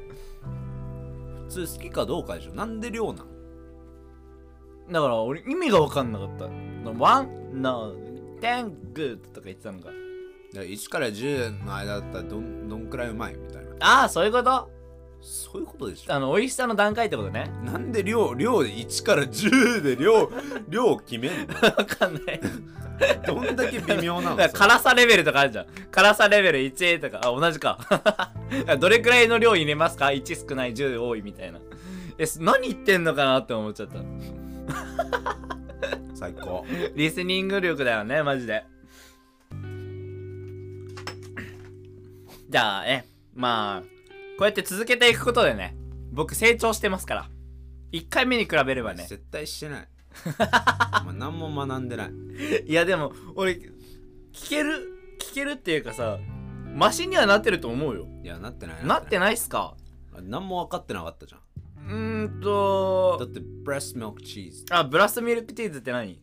普通好きかどうかでしょなんで量なんだから俺意味が分かんなかった。ワン、no, thank good とか言ってたのが。だから1から10の間だったらどんどんくらいうまいみたいなああ、そういうことそういうことでしょあの、美味しさの段階ってことね。 なんで量量で1から10で量 量決めん分かんない。のどんだけ微妙なだのかそれら辛さレベルとかあるじゃん。辛さレベル1とか、あ、同じか。 だからどれくらいの量入れますか ?1 少ない、10多いみたいな。え、す何言ってんのかなって思っちゃった。最高リスニング力だよね、マジで。じゃあね、まあ、こうやって続けていくことでね、僕成長してますから。1回目に比べればね。絶対して ないお前何も学んでないいやでも、俺、聞ける、聞けるっていうかさ、マシにはなってると思うよ。いやなってないなってないないっすか何も分かってなかったじゃんうーんだっと、て breast milk cheese あ、ブラストミルクチーズって何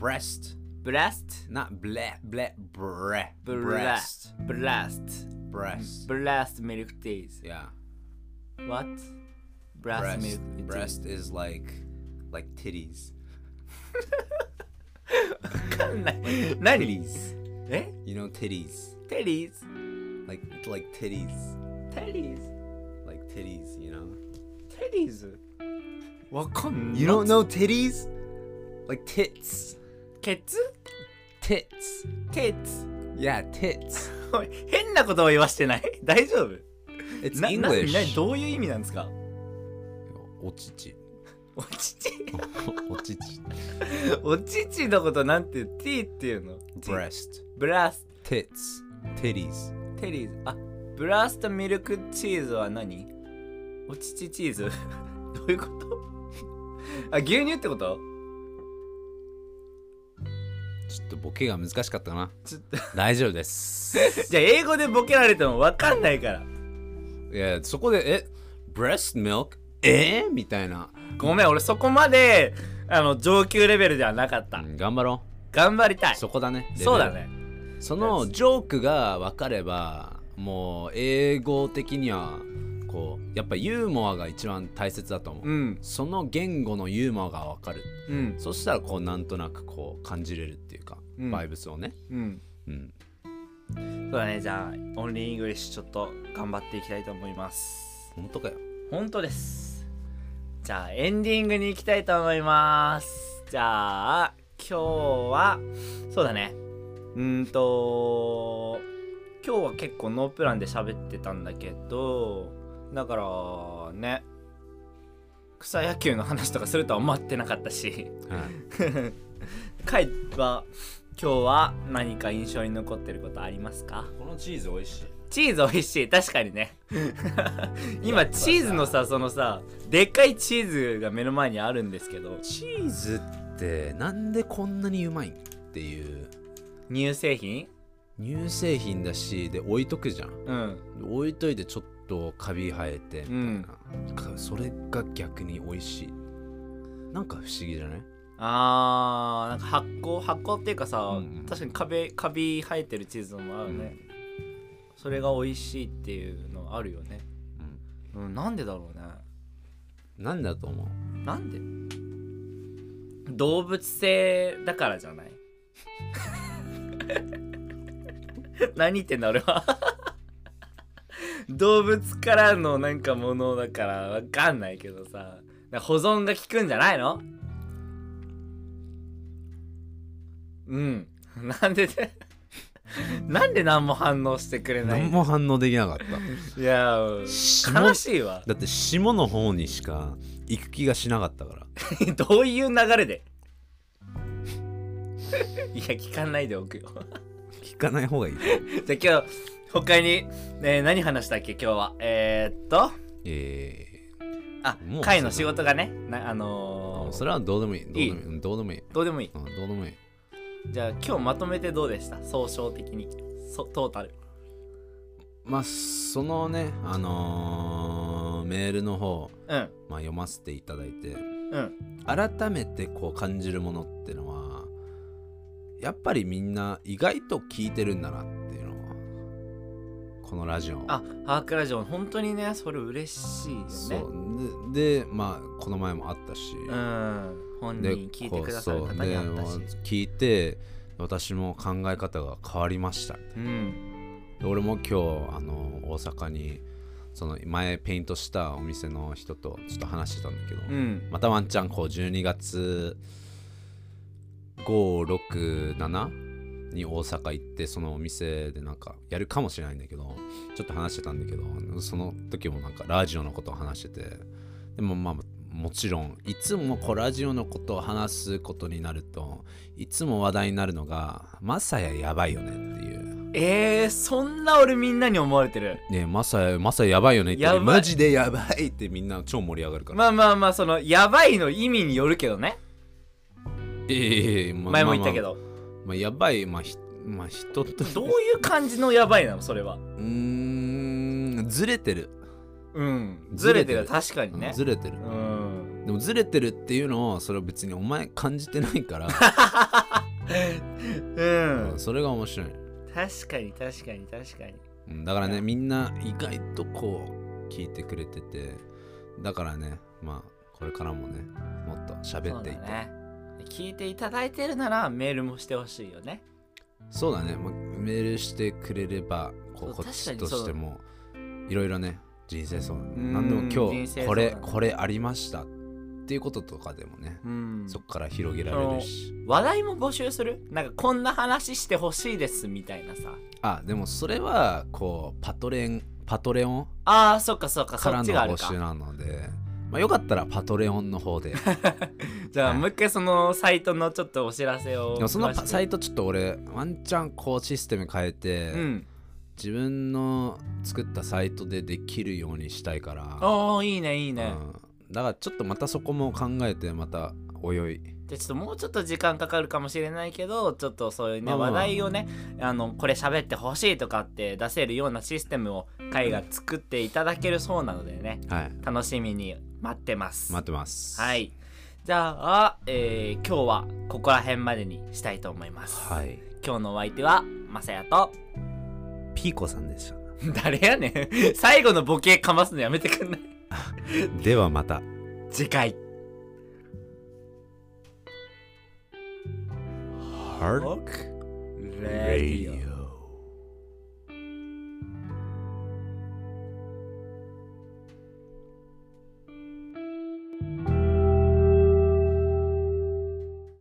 breast ブラス Not ble, ble, bre, トブラス breast, トブラスト breast. ブラストミルクティーズ Yeah. What? ブラストミル Breast. クティ Breast ーズ is like, like titties. わかんない何 Titties. え You know titties. テリーズ Like, like titties. テリーズ Like titties, you know? テリーズわかんない You don't know titties? Like tits. ケツ Tits. ケツ Yeah, tits. おい変なことを言わしてない 大丈夫 It's なな English. などういう意味なんですかおちち。お 乳おちち。お乳のことなんてティーっていうの Breast. ブラス Tits. Titties. トテリーズあブラストミルクチーズは何お乳チーズ どういうことあ牛乳ってことちょっとボケが難しかったな。ちょっと 大丈夫です。じゃあ英語でボケられても分かんないからいや、そこで、え、breast milk? えーみたいな。ごめん俺そこまであの上級レベルではなかったうん頑張ろ頑張りたう。いそこだね。そうだ。ねそのジョークが分かれば、もう英語的には、こう、やっぱユーモアが一番大切だと思う。うんその言語のユーモアが分かる。うんそしたら、こう、なんとなくこう、感じれるっていうか、うんバイブスをね。うんうん。そうだねじゃあオンリーイングリッシュちょっと頑張っていきたいと思います本当かよ。本当ですじゃあエンディングに行きたいと思いますじゃあ今日はそうだねうーんと今日は結構ノープランで喋ってたんだけどだからね草野球の話とかするとは思ってなかったし はい。カイは今日は何か印象に残ってることありますかこのチーズ美味しい。チーズ美味しい確かにね今チーズのさそのさでっかいチーズが目の前にあるんですけどチーズって、なんでこんなにうまいんっていう。乳製品乳製品だしで置いとくじゃんうん置いといてちょっとカビ生えてみたいな、かそれが逆に美味しいなんか不思議じゃないあーなんか発酵発酵っていうかさ、うん確かにカビカビ生えてるチーズもあるね、それが美味しいっていうのあるよね、うん、なんでだろうねなんだと思うなんで動物性だからじゃない 何言ってんだ俺は動物からのなんかものだからわかんないけどさなんか保存が効くんじゃないのうんなんでで なんで何も反応してくれない何も反応できなかったいや下悲しいわだって下の方にしか行く気がしなかったから どういう流れで いや聞かないでおくよ 聞かない方がいいじゃあ今日他に、えー何話したっけ今日は えー、っとえあもう会の仕事がねなあのー、ー、それはどうでもいいどうでもいいうんどうでもいいどうでもいいうんどうでもいいじゃあ今日まとめてどうでした総称的にそトータルまあそのねあのーメールの方、うんまあ、読ませていただいてうん改めてこう感じるものってのはやっぱりみんな意外と聞いてるんだなっていうのはこのラジオあハークラジオ本当にねそれ嬉しいよねそうででまあこの前もあったし、うん本で人聞いてくださるこ方うそうにであったし聞いて私も考え方が変わりましたうんで俺も今日あの大阪にその前ペイントしたお店の人とちょっと話してたんだけど、うんまたワンチャンこう12月567に大阪行ってそのお店でなんかやるかもしれないんだけどちょっと話してたんだけどその時もなんかラジオのことを話しててでもまあもちろんいつもこうラジオのことを話すことになるといつも話題になるのが「マサヤやばいよね」っていうえー、そんな俺みんなに思われてる「ねえマサヤマサヤやばいよね」ってやばいマジでやばいってみんな超盛り上がるから、まあまあまあそのやばいの意味によるけどねいやいやいやまあ前も言ったけまあまあど、まあ、やばい、まあ、ひまあ、人と、どういう感じのやばいなのそれはうーん、ずれてる。うんずずれれててるる確かにねずれてるう。ん でも、ずれてるっていうのを、それは別にお前感じてないから、うんそれが面白い、確かに確かに確かにうん、だからいねやみんな意外とこう聞いてくれててだからねまあこれからもねもっと喋そうっていだってね聞いていただいてるならメールもしてほしいよねそうだね、まあ、メールしてくれればこうそこうっ確ちかにとしてもいろいろね人生相談ん何でも今人日生これ相談これありましたっていうこととかでもね、うんそこから広げられるし話題も募集するなんかこんな話してほしいですみたいなさあでもそれはこうパトレンパトレオンあーそっかそっかかそらっのちがある募集かなのでまあ、よかったらパトレオンの方 でじゃはあいもう一回そのサイトのちょっとお知らせをでもその詳しくサイトちょっと俺ワンチャンこうシステム変えて、うん自分の作ったサイトでできるようにしたいからおおいいねいいね、うん、だからちょっとまたそこも考えてまた泳いでちょっともうちょっと時間かかるかもしれないけどちょっとそういうね、まあまあ話題をねあのこれ喋ってほしいとかって出せるようなシステムを会が作っていただけるそうなのでねはい楽しみに待ってます待ってますはいじゃあ、えー今日はここら辺までにしたいと思います、はい今日のお相手はまさやとピーコさんでした誰やねん 最後のボケかますのやめてくんないではまた次回ハークレディオ